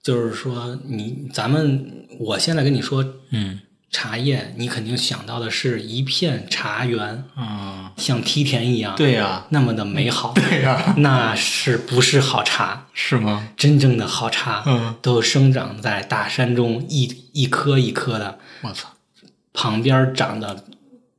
S2: 就是说你咱们我现在跟你说
S1: 嗯
S2: 茶叶，你肯定想到的是一片茶园，
S1: 啊，
S2: 像梯田一样，，
S1: 对呀，
S2: 那么的美好，
S1: 对 *laughs* 呀，
S2: 那是不是好茶？
S1: 是吗？
S2: 真正的
S1: *laughs*
S2: 好茶，
S1: 嗯，
S2: 都生长在大山中一一颗一颗的，
S1: 嗯我操
S2: 旁边长的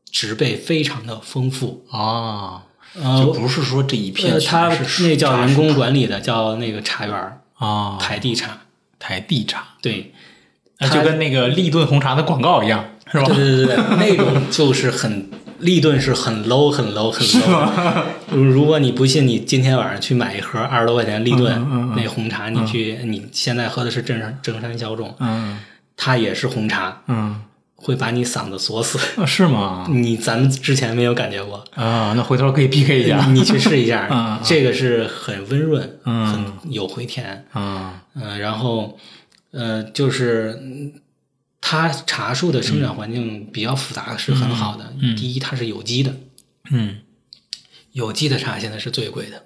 S2: 植被非常的丰富，
S1: 啊，
S2: 呃
S1: 就，不是说这一片
S2: 呃，它
S1: 全是
S2: 那叫人
S1: 树
S2: 工管理的，叫那个茶园儿，
S1: 啊，
S2: 台地茶，
S1: 台地茶，
S2: 对，
S1: 那
S2: 它
S1: 就跟那个立顿红茶的广告一样，是吧
S2: 对？对对对，那种就是很利顿是很 low 很 low 很 low 的。如如果你不信，你今天晚上去买一盒二十多块钱利顿、
S1: 嗯嗯嗯
S2: 那红茶，你去、你现在喝的是正山正山小种，
S1: 嗯
S2: 它也是红茶，
S1: 嗯，
S2: 会把你嗓子锁死。
S1: 啊是吗？
S2: 你咱们之前没有感觉过，
S1: 啊，那回头可以 PK 一下。
S2: 你去试一
S1: *laughs*
S2: 下，
S1: 嗯嗯
S2: 这个是很温润，
S1: 嗯
S2: 很有回甜，
S1: 啊，
S2: 嗯、然后，呃，就是嗯它茶树的生长环境比较复杂，是很好的。第一，它是有机的，
S1: 嗯
S2: 有机的茶现在是最贵的，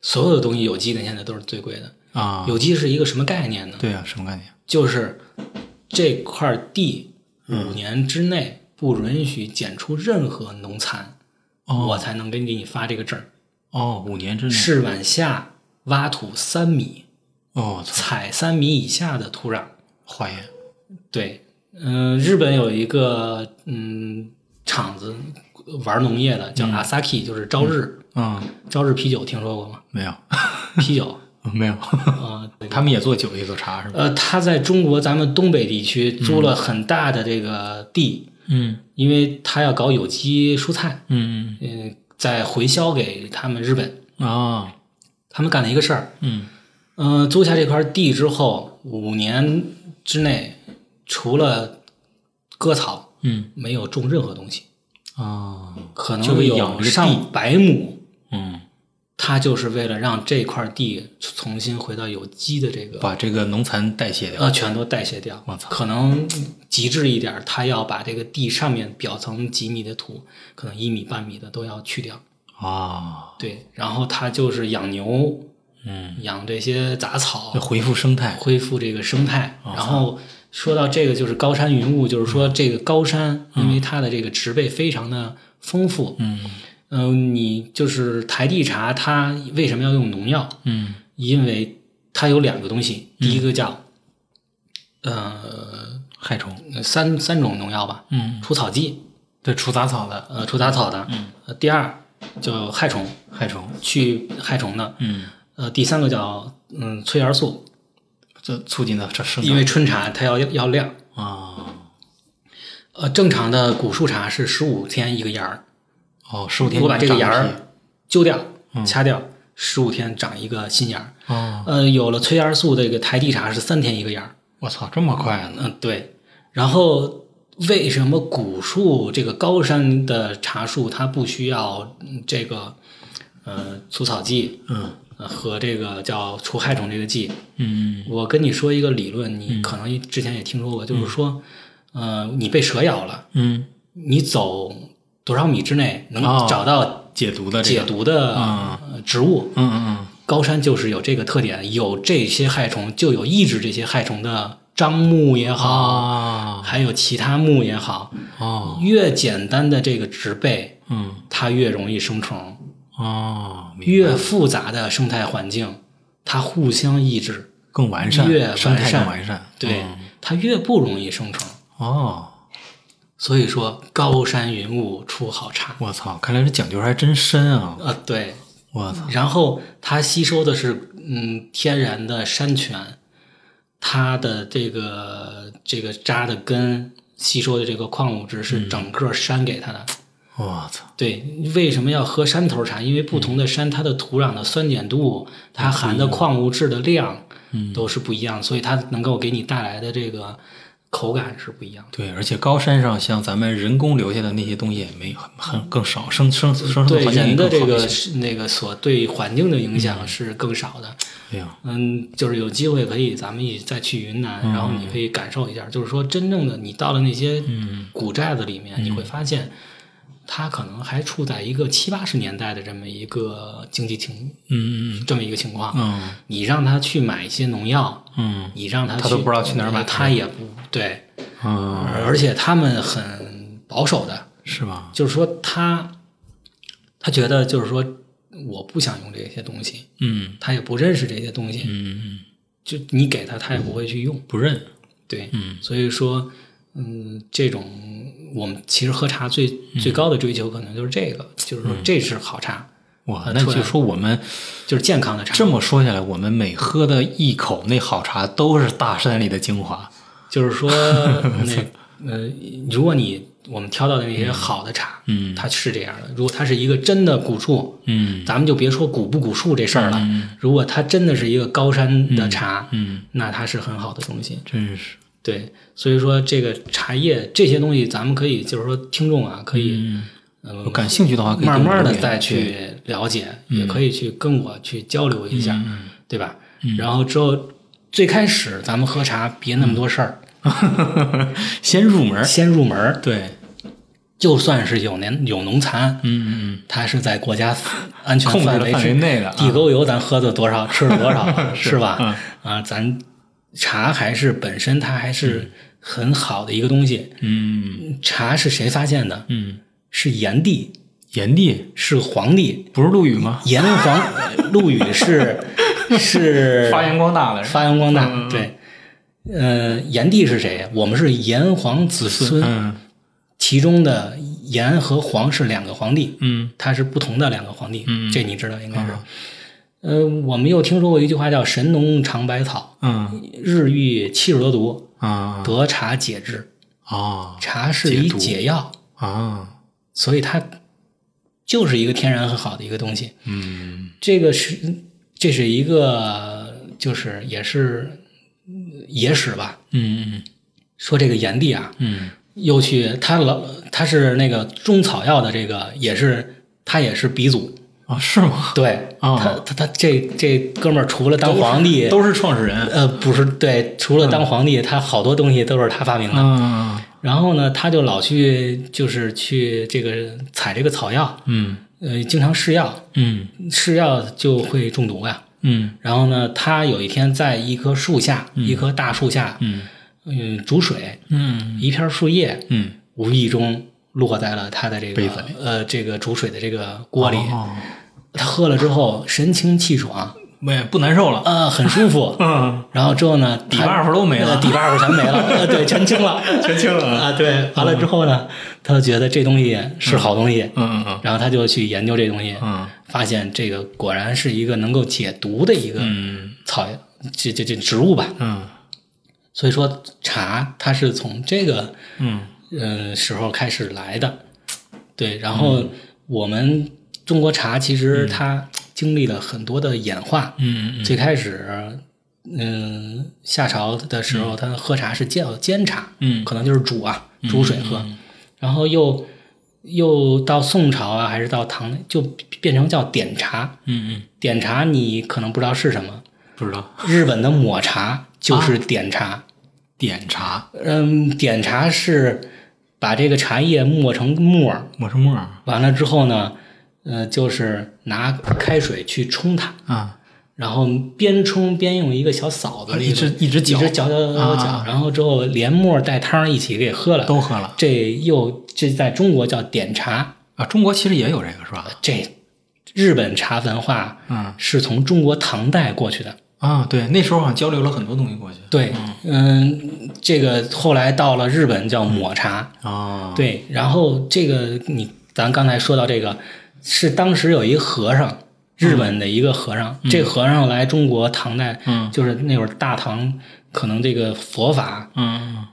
S2: 所有的东西有机的现在都是最贵的。
S1: 啊，
S2: 有机是一个什么概念呢？
S1: 对啊，什么概念？
S2: 就是这块地五年之内不允许检出任何农残，
S1: 哦
S2: 我才能给你发这个证儿。
S1: 哦，五年之内，
S2: 是往下挖土三米，
S1: 哦，操
S2: 采三米以下的土壤。
S1: 化验
S2: 对，嗯、日本有一个嗯厂子玩农业的，叫 Asahi，、就是朝日，
S1: 啊，
S2: 朝日啤酒听说过吗？ *laughs*
S1: 没有
S2: 啤酒，
S1: 没有，
S2: 呃
S1: 他们也做酒，也做茶是吧？
S2: 呃，他在中国咱们东北地区租了很大的这个地，
S1: 嗯
S2: 因为他要搞有机蔬菜，
S1: 嗯
S2: 嗯、再回销给他们日本。
S1: 嗯啊
S2: 他们干了一个事儿，
S1: 嗯
S2: 嗯，租下这块地之后，五年之内，除了割草，
S1: 嗯
S2: 没有种任何东西，
S1: 啊
S2: 可
S1: 就
S2: 能
S1: 为养
S2: 有
S1: 这个
S2: 上百亩。
S1: 嗯，
S2: 它就是为了让这块地重新回到有机的这个，
S1: 把这个农残代谢掉。
S2: 呃，全都代谢掉
S1: 我。操
S2: 可能嗯极致一点，它要把这个地上面表层几米的土，可能一米半米的都要去掉。
S1: 啊，
S2: 对，然后它就是养牛，
S1: 嗯，
S2: 养这些杂草
S1: 要，恢复生态。
S2: 恢复这个生态。
S1: 哦
S2: 然后说到这个，就是高山云雾，就是说这个高山，因为它的这个植被非常的丰富，
S1: 嗯
S2: 嗯、你就是台地茶，它为什么要用农药？
S1: 嗯
S2: 因为它有两个东西，第一个叫、呃
S1: 害虫。
S2: 三三种农药吧，
S1: 嗯，
S2: 除草剂，
S1: 对，除杂草的
S2: 呃，除杂草的，呃第二叫害虫，
S1: 害虫。
S2: 去害虫的，
S1: 嗯，
S2: 呃，第三个叫嗯催芽素，
S1: 这促进了这生
S2: 因
S1: 长
S2: 为春茶它要要亮。
S1: 啊。
S2: 呃，正常的古树茶是十五天一个芽儿，
S1: 哦，十五天
S2: 我把这个
S1: 长一
S2: 芽
S1: 批嗯
S2: 儿揪掉、掐掉，十五天长一个新芽儿。
S1: 哦，
S2: 呃，有了催芽素的这个台地茶是三天一个芽儿。
S1: 我操，这么快呢？
S2: 嗯、对。然后为什么古树这个高山的茶树它不需要嗯这个呃除草剂
S1: 嗯
S2: 呃和这个叫除害虫这个剂？
S1: 嗯
S2: 我跟你说一个理论，你可能之前也听说过，就是说，呃，你被蛇咬了。
S1: 嗯，
S2: 你走多少米之内能
S1: 哦
S2: 找到
S1: 解毒的这
S2: 解
S1: 个，
S2: 毒的
S1: 嗯
S2: 呃植物。
S1: 嗯嗯
S2: 高山就是有这个特点，有这些害虫，就有抑制这些害虫的樟木也
S1: 嗯，
S2: 好，
S1: 啊
S2: 还有其他木也好，
S1: 哦，
S2: 越简单的这个植被，
S1: 嗯
S2: 它越容易生虫；
S1: 哦，明白
S2: 越复杂的生态环境，它互相抑制。
S1: 更完善，
S2: 越完
S1: 生态
S2: 善
S1: 更完善。
S2: 对
S1: 嗯，
S2: 它越不容易生成。
S1: 哦，
S2: 所以说，高山云雾出好茶。
S1: 我操，看来这讲究还真深啊！
S2: 呃，对，
S1: 我操，
S2: 然后它吸收的是嗯天然的山泉，它的这个这个扎的根吸收的这个矿物质
S1: 嗯
S2: 是整个山给它的。
S1: 我操，
S2: 对，为什么要喝山头茶？因为不同的山，它的土壤的酸碱度，它含的矿物质的量，
S1: 嗯
S2: 都是不一样，所以它能够给你带来的这个口感是不一样的。
S1: 对，而且高山上像咱们人工留下的那些东西也没很很更少，生生生生
S2: 对
S1: 环境也
S2: 人的这
S1: 更好一些。嗯
S2: 个是那个所对环境的影响是更少的，
S1: 哎呀，
S2: 嗯，就是有机会可以咱们一再去云南，然后
S1: 嗯
S2: 你可以感受一下，就是说真正的你到了那些古寨子里面，你
S1: 嗯
S2: 会发现它可能还处在一个七八十年代的这么一个经济情
S1: 嗯嗯
S2: 这么一个情况。
S1: 嗯
S2: 你让他去买一些农药，
S1: 嗯
S2: 你让他
S1: 他都不知道去哪儿买
S2: 他也不对，
S1: 嗯嗯，
S2: 而且他们很保守的，
S1: 是吧？
S2: 就是说他他觉得就是说我不想用这些东西，
S1: 嗯
S2: 他也不认识这些东西，
S1: 嗯嗯，
S2: 就你给他他也不会去用。
S1: 不认。
S2: 对，
S1: 嗯
S2: 所以说，嗯，这种我们其实喝茶最
S1: 嗯
S2: 最高的追求可能就是这个，就是说这是好茶，
S1: 哇，
S2: 啊
S1: 那
S2: 出来
S1: 就说我们
S2: 就是健康的茶，
S1: 这么说下来，我们每喝的一口那好茶都是大山里的精华。
S2: *laughs* 就
S1: *laughs*
S2: 是说那呃，如果你我们挑到的那些好的茶，
S1: 嗯
S2: 它是这样的。如果它是一个真的古树，
S1: 嗯
S2: 咱们就别说古不古树这事儿了。如果它真的是一个高山的茶，
S1: 嗯，
S2: 那它是很好的东西。
S1: 真是。
S2: 对，所以说这个茶叶这些东西，咱们可以就是说听众啊，可以
S1: 嗯，
S2: 嗯、
S1: 我感兴趣的话可以
S2: 慢慢的
S1: 给我留言嗯
S2: 再去了解，也可以去跟我去交流一下，对吧？
S1: 嗯
S2: 然后之后最开始咱们喝茶别那么多事儿，
S1: *laughs* 先入门儿。
S2: 先入门儿。
S1: 对，
S2: 就算是有年有农残，
S1: 嗯嗯
S2: 它是在国家安全
S1: 控制的
S2: 范围
S1: 范围
S2: 之
S1: 内的啊
S2: 地沟油咱喝了多少，吃了多
S1: *laughs*
S2: 少，
S1: 是
S2: 是吧？
S1: 嗯
S2: 啊，咱茶还是本身它还是很好的一个东西。
S1: 嗯
S2: 茶是谁发现的？
S1: 嗯，
S2: 是炎帝，
S1: 炎帝
S2: 是黄帝。
S1: 不是陆羽吗？
S2: 炎黄 *laughs* 陆羽是是
S1: 发扬光大的人。
S2: 发扬光
S1: 嗯
S2: 大，对。呃，炎帝是谁呀？我们是炎黄子孙，
S1: 嗯
S2: 其中的炎和黄是两个皇帝。
S1: 嗯
S2: 它是不同的两个皇帝，
S1: 嗯
S2: 这你知道应该是。呃，我们又听说过一句话叫“神农尝百草，
S1: 嗯
S2: 日遇七十多毒，
S1: 啊
S2: 得茶解之”。
S1: 啊
S2: 茶是一
S1: 解毒
S2: 解药，
S1: 啊
S2: 所以它就是一个天然很好的一个东西。
S1: 嗯
S2: 这个是这是一个就是也是嗯野史吧？
S1: 嗯
S2: 说这个炎帝啊，
S1: 嗯
S2: 又去他老他是那个中草药的这个也是他也是鼻祖。
S1: 啊是吗？
S2: 对，
S1: 啊
S2: 他他他这这哥们儿除了当皇帝，
S1: 都是创始人。
S2: 呃不是对，除了当皇帝，他好多东西都是他发明的。
S1: 嗯
S2: 然后呢，他就老去就是去这个采这个草药，
S1: 嗯
S2: 呃，经常试药，
S1: 嗯
S2: 试药就会中毒呀、
S1: 嗯
S2: 然后呢，他有一天在一棵树下，一棵大树下，
S1: 嗯
S2: 嗯，煮水，
S1: 嗯
S2: 一片树叶
S1: 嗯，
S2: 无意中落在了他的这
S1: 杯
S2: 个
S1: 子
S2: 呃这个煮水的这个锅里，
S1: 哦
S2: 他喝了之后神清气爽，
S1: 没不难受了。
S2: 啊，很舒服。
S1: 嗯，
S2: 然后之后呢，
S1: 底
S2: 他
S1: buff 都没了
S2: 呃底 buff 全没了，呃对，全清了，
S1: *laughs* 全清了嗯
S2: 啊。对，完了之后呢，他就觉得这东西是好东西，
S1: 嗯嗯
S2: 然后他就去研究这东西，
S1: 嗯
S2: 发现这个果然是一个能够解毒的一个
S1: 嗯
S2: 草，这这这植物吧。
S1: 嗯
S2: 所以说，茶它是从这个
S1: 嗯
S2: 嗯、时候开始来的，对。然后
S1: 嗯
S2: 我们中国茶其实它经历了很多的演化，
S1: 嗯
S2: 最开始，嗯，夏朝的时候，他喝茶是煎煎茶，
S1: 嗯
S2: 可能就是煮啊，煮水喝，然后又又到宋朝啊，还是到唐，就变成叫点茶。
S1: 嗯嗯，
S2: 点茶你可能不知道是什么，
S1: 不知道
S2: 日本的抹茶
S1: 啊
S2: 就是点茶。
S1: 点茶
S2: 嗯，点茶是把这个茶叶磨成沫儿，
S1: 抹什么沫儿
S2: 完了之后呢，呃，就是拿开水去冲它。
S1: 啊？
S2: 然后边冲边用一个小扫
S1: 啊
S2: 子，
S1: 一直一直搅
S2: 一直搅搅搅
S1: 啊
S2: 搅，然后之后连沫带汤一起给喝了。
S1: 都喝了
S2: 这又这在中国叫点茶，
S1: 啊？中国其实也有这个是吧？
S2: 这日本茶文化
S1: 嗯
S2: 是从中国唐代过去的，
S1: 啊，对，那时候好像交流了很多东西过去
S2: 对，嗯，这个后来到了日本叫抹茶，
S1: 啊，
S2: 对，然后这个你咱刚才说到这个，是当时有一和尚，日本的一个和尚，这和尚来中国唐代，
S1: 嗯
S2: 就是那会儿大唐可能这个佛法，
S1: 嗯，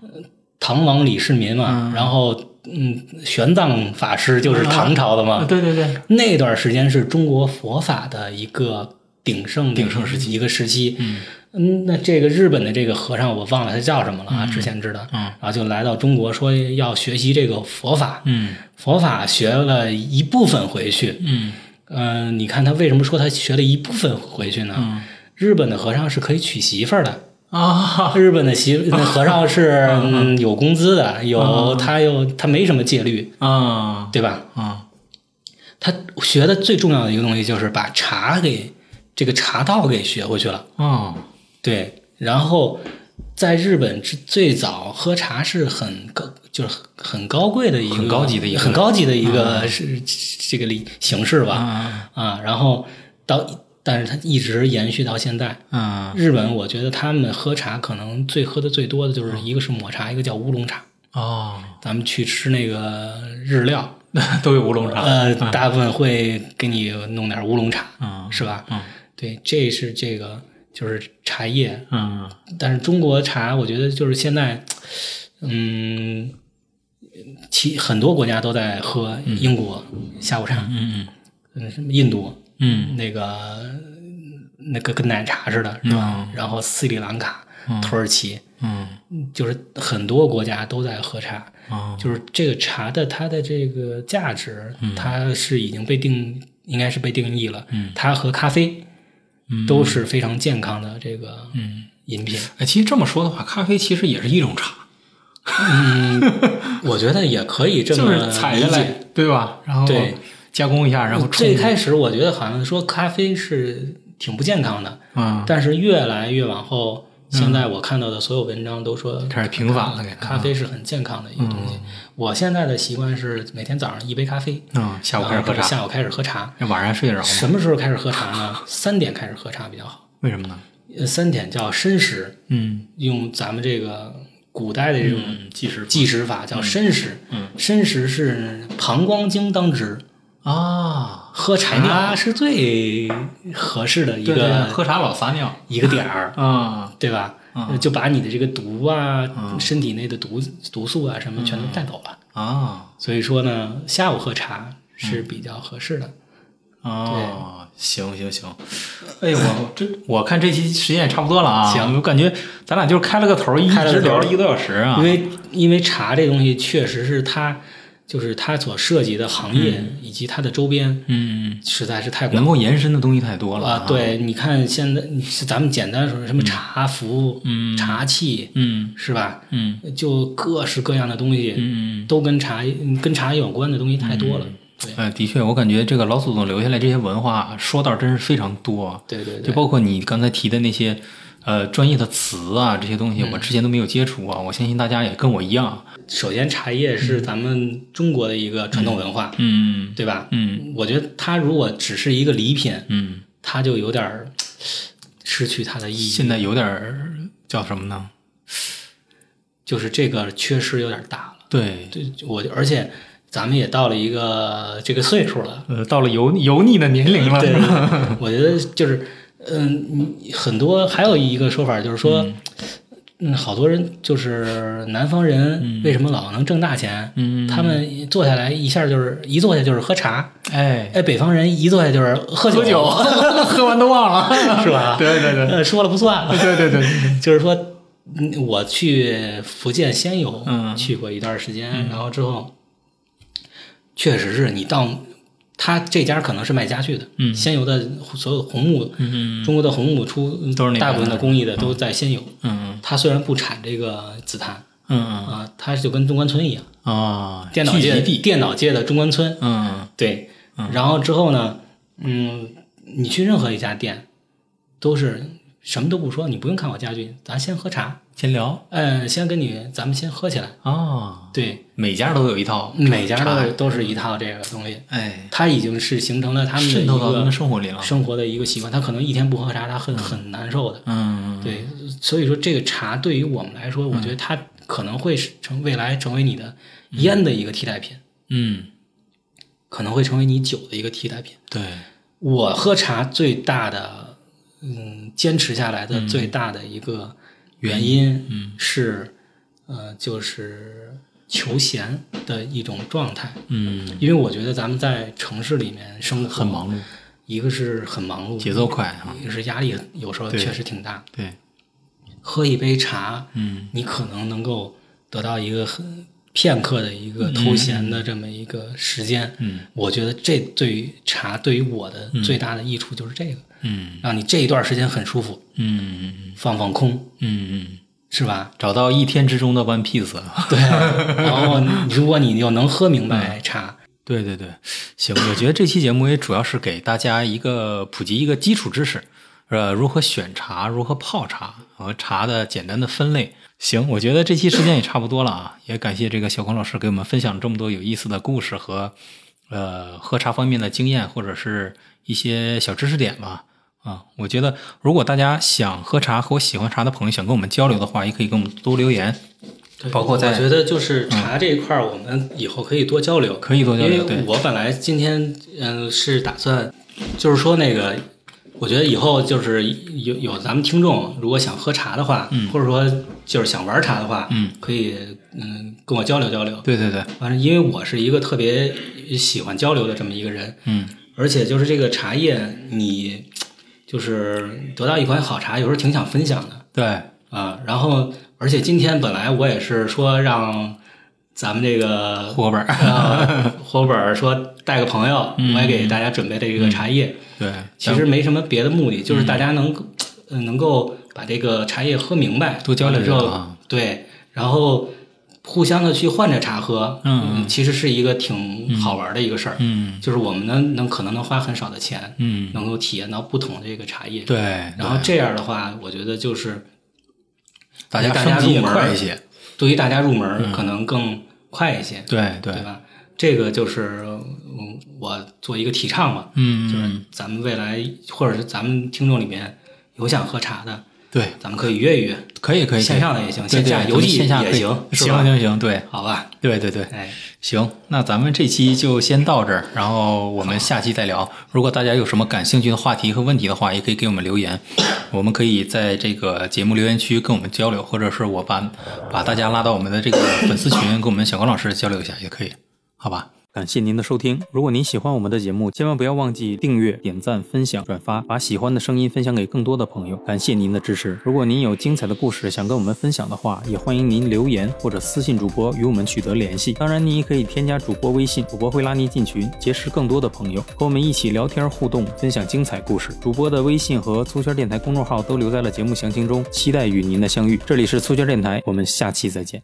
S2: 唐王李世民嘛，然后嗯，玄奘法师就是唐朝的嘛，嗯
S1: 啊，对对对，
S2: 那段时间是中国佛法的一个鼎盛的
S1: 鼎盛时
S2: 期，一个时期。嗯，那这个日本的这个和尚，我忘了他叫什么了啊，之前知道。
S1: 嗯
S2: 然后就来到中国，说要学习这个佛法。
S1: 嗯
S2: 佛法学了一部分回去，
S1: 嗯
S2: 嗯、你看他为什么说他学了一部分回去呢？
S1: 嗯
S2: 日本的和尚是可以娶媳妇儿的，
S1: 啊，
S2: 日本的媳那和尚是、嗯、有工资的，
S1: 嗯
S2: 有他有他没什么戒律，
S1: 啊
S2: 对吧？
S1: 啊
S2: 他学的最重要的一个东西就是把茶给这个茶道给学回去了。
S1: 啊，
S2: 对，然后在日本之最早喝茶是很高，就是很很高贵的一个
S1: 很高级的一个嗯
S2: 很高级的一个是这个礼形式吧
S1: 啊
S2: 啊，然后到但是它一直延续到现在。
S1: 啊
S2: 日本我觉得他们喝茶可能最喝的最多的
S1: 啊
S2: 就是一个是抹茶，一个叫乌龙茶。
S1: 哦， *laughs*
S2: 咱们去吃那个日料，
S1: 都有乌龙茶，
S2: 呃，大部分会给你弄点乌龙茶，
S1: 嗯
S2: 是吧？
S1: 嗯
S2: 对，这是这个就是茶叶，
S1: 嗯
S2: 但是中国茶，我觉得就是现在，嗯，其很多国家都在喝英国下午茶，
S1: 嗯
S2: 嗯，什么印度
S1: 嗯
S2: 那个那个跟奶茶似的，是吧？然后斯里兰卡、土耳其，
S1: 嗯
S2: 就是很多国家都在喝茶。
S1: 啊
S2: 就是这个茶的它的这个价值，它是已经被定，应该是被定义了。它和咖啡都是非常健康的这个饮品。
S1: 哎，其实这么说的话，咖啡其实也是一种茶，
S2: 我觉得也可以这
S1: 就
S2: 么
S1: 是采下
S2: 理
S1: 来
S2: 解。，
S1: 对吧？然后
S2: 对
S1: 加工一下，然后冲
S2: 最开始我觉得好像说咖啡是挺不健康的，
S1: 啊，
S2: 但是越来越往后，现在我看到的所有文章都说
S1: 开始平反了，给它
S2: 咖啡是很健康的一个东西。我现在的习惯是每天早上一杯咖啡，
S1: 嗯，下午开始喝
S2: 然后
S1: 茶，
S2: 下午开始喝茶。
S1: 晚上还睡得着吗？
S2: 什么时候开始喝茶呢？三点开始喝茶比较好。
S1: 为什么呢？
S2: 呃，三点叫申时，
S1: 嗯
S2: 用咱们这个古代的这种
S1: 嗯，计时
S2: 计时法叫申时。
S1: 嗯，
S2: 申时是膀胱经当值，
S1: 啊，
S2: 喝茶是最合适的一
S1: 对对，
S2: 个
S1: 喝茶老撒尿
S2: 一个点儿，
S1: 啊，
S2: 对吧？
S1: 嗯
S2: 就把你的这个毒啊、身体内的毒毒素啊什么
S1: 嗯
S2: 全都带走了。
S1: 啊
S2: 所以说呢，下午喝茶是
S1: 嗯
S2: 比较合适的。
S1: 哦，行行行，哎呦，我这我看这期时间也差不多了啊，
S2: 行
S1: 我感觉咱俩就是开了个头，一
S2: 开了
S1: 直
S2: 个头
S1: 聊了一个多小时啊
S2: 因，为因为茶这东西确实是它，就是它所涉及的行业以及它的周边
S1: 嗯，
S2: 实在是太广
S1: 能够延伸的东西太多了啊
S2: 了。对，你看现在咱们简单说什么茶服、
S1: 嗯
S2: 茶器
S1: 嗯
S2: 是吧？
S1: 嗯
S2: 就各式各样的东西，
S1: 嗯
S2: 都跟茶跟茶有关的东西太多了。
S1: 嗯，呃，的确，我感觉这个老祖宗留下来这些文化说道真是非常多啊，
S2: 对对对
S1: 就
S2: 对，
S1: 包括你刚才提的那些，呃，专业的词啊，这些东
S2: 嗯
S1: 西我之前都没有接触啊，我相信大家也跟我一样，
S2: 首先茶叶是咱们中国的一个传统文化，
S1: 嗯
S2: 对吧？
S1: 嗯
S2: 我觉得它如果只是一个礼品，
S1: 嗯，
S2: 它就有点儿失去它的意义。
S1: 现在有点儿叫什么呢？
S2: 就是这个缺失有点大了。
S1: 对，
S2: 对，我而且咱们也到了一个这个岁数了，
S1: 呃，到了油油腻的年龄了，
S2: 对，我觉得就是，嗯，你很多还有一个说法就是说，嗯，好多人就是南方人为什么老能挣大钱？
S1: 嗯，
S2: 他们坐下来一下就是一坐下就是喝茶，
S1: 哎，
S2: 哎，北方人一坐下就是喝酒，
S1: 喝酒， *laughs*
S2: *laughs*
S1: 喝完都忘了，
S2: 是吧？
S1: 对对对，
S2: 呃，说了不算，
S1: 对对对，
S2: *laughs* 就是说，嗯，我去福建仙游，
S1: 嗯
S2: 去过一段时间，然后之后，确实是你到他这家可能是卖家具的，
S1: 嗯
S2: 仙游的所有红木，
S1: 嗯
S2: 中国的红木出
S1: 都是那边的
S2: 大部分的工艺的都在仙游。
S1: 嗯嗯
S2: 它虽然不产这个紫檀
S1: 嗯
S2: 啊，它就跟中关村一样，
S1: 嗯啊，
S2: 电脑
S1: 聚集
S2: 界
S1: 地，
S2: 电脑界的中关村，
S1: 嗯
S2: 对。然后之后呢，嗯，你去任何一家店，都是什么都不说，你不用看我家具，咱先喝茶，
S1: 闲聊
S2: 嗯，先跟你咱们先喝起来。
S1: 啊，
S2: 对，
S1: 每家都有一套，
S2: 每家
S1: 嗯茶
S2: 都都是一套这个东西，
S1: 哎，
S2: 它已经是形成了他们的一
S1: 渗透到他们
S2: 个
S1: 生活里了。
S2: 生活的一个习惯。他可能一天不喝茶，他很很难受的。
S1: 嗯，
S2: 对，所以说这个茶对于我们来说，我觉得它可能会是成未来成为你的烟的一个替代品，
S1: 嗯，
S2: 可能会成为你酒的一个替代品。
S1: 对，
S2: 我喝茶最大的，嗯，坚持下来的最大的一个原因，嗯，是，呃，就是求闲的一种状态。
S1: 嗯，
S2: 因为我觉得咱们在城市里面生活
S1: 很，忙碌，
S2: 一个是很忙碌，
S1: 节奏快啊。
S2: 一个是压力有时候
S1: 对
S2: 确实挺大。
S1: 对，
S2: 喝一杯茶，
S1: 嗯，
S2: 你可能能够得到一个很片刻的一个偷闲的这么一个时间。
S1: 嗯，
S2: 我觉得这对于茶对于我的最大的益处就是这个，
S1: 嗯，
S2: 让你这一段时间很舒服，
S1: 嗯，
S2: 放放空，
S1: 嗯，嗯，
S2: 是 *laughs* 吧？
S1: 找到一天之中的 one piece 啊。
S2: 对。然后如果你又能喝明白茶，
S1: 对对对，行，我觉得这期节目也主要是给大家一个普及一个基础知识，呃，如何选茶，如何泡茶和茶的简单的分类。行，我觉得这期时间也差不多了啊，也感谢这个小匡老师给我们分享这么多有意思的故事和呃喝茶方面的经验，或者是一些小知识点吧。啊，我觉得如果大家想喝茶和我喜欢茶的朋友想跟我们交流的话，也可以跟我们多留言，
S2: 对
S1: 包括在
S2: 我觉得就是茶这一块儿，我们以后嗯可以多交流。
S1: 可以多交流。
S2: 因
S1: 对
S2: 为，我本来今天嗯、呃是打算，就是说那个，我觉得以后就是有有咱们听众如果想喝茶的话，或者说就是想玩茶的话，
S1: 嗯，
S2: 可以嗯跟我交流交流。
S1: 对对对，
S2: 反正因为我是一个特别喜欢交流的这么一个人，
S1: 嗯，
S2: 而且就是这个茶叶，你就是得到一款好茶，有时候挺想分享的。
S1: 对，
S2: 啊，然后而且今天本来我也是说让咱们这个 *laughs*
S1: 户口本儿，
S2: 呃伙本儿说带个朋友，
S1: 嗯
S2: 我也给大家准备了一个茶叶。
S1: 对，
S2: 其实没什么别的目的，
S1: 嗯
S2: 就是大家能够、呃能够把这个茶叶喝明白，
S1: 多交流
S2: 完了之
S1: 交流
S2: 后
S1: 啊
S2: 对，然后互相的去换着茶喝，
S1: 嗯，
S2: 其实是一个挺好玩的一个事儿。
S1: 嗯
S2: 就是我们能能可能能花很少的钱，
S1: 嗯，
S2: 能够体验到不同的这个茶叶。
S1: 对，
S2: 然后这样的话，我觉得就是
S1: 大家
S2: 大家
S1: 升级也
S2: 入门
S1: 快
S2: 儿
S1: 一些，
S2: 对于大家入门儿可能更快一些，
S1: 对
S2: 对
S1: 嗯对，
S2: 吧？这个就是嗯，我做一个提倡嘛，
S1: 嗯，
S2: 就是咱们未来或者是咱们听众里面有想喝茶的，
S1: 对，
S2: 咱们可以约一约，
S1: 可以可以，
S2: 线上的也行，
S1: 对
S2: 线
S1: 对
S2: 下
S1: 咱
S2: 邮
S1: 们
S2: 寄
S1: 线下
S2: 也
S1: 可以
S2: 行，是
S1: 行
S2: 吧？
S1: 行行，对
S2: 好吧，
S1: 对对对，
S2: 哎，
S1: 行，那咱们这期就先到这儿，然后我们下期再聊。如果大家有什么感兴趣的话题和问题的话，也可以给我们留言，我们可以在这个节目留言区跟我们交流，或者是我把把大家拉到我们的这个粉丝群，跟我们小高老师交流一下也可以，好吧？感谢您的收听。如果您喜欢我们的节目，千万不要忘记订阅、点赞、分享、转发，把喜欢的声音分享给更多的朋友。感谢您的支持。如果您有精彩的故事想跟我们分享的话，也欢迎您留言或者私信主播与我们取得联系。当然，您也可以添加主播微信，主播会拉您进群，结识更多的朋友，和我们一起聊天互动，分享精彩故事。主播的微信和粗圈电台公众号都留在了节目详情中，期待与您的相遇。这里是粗圈电台，我们下期再见。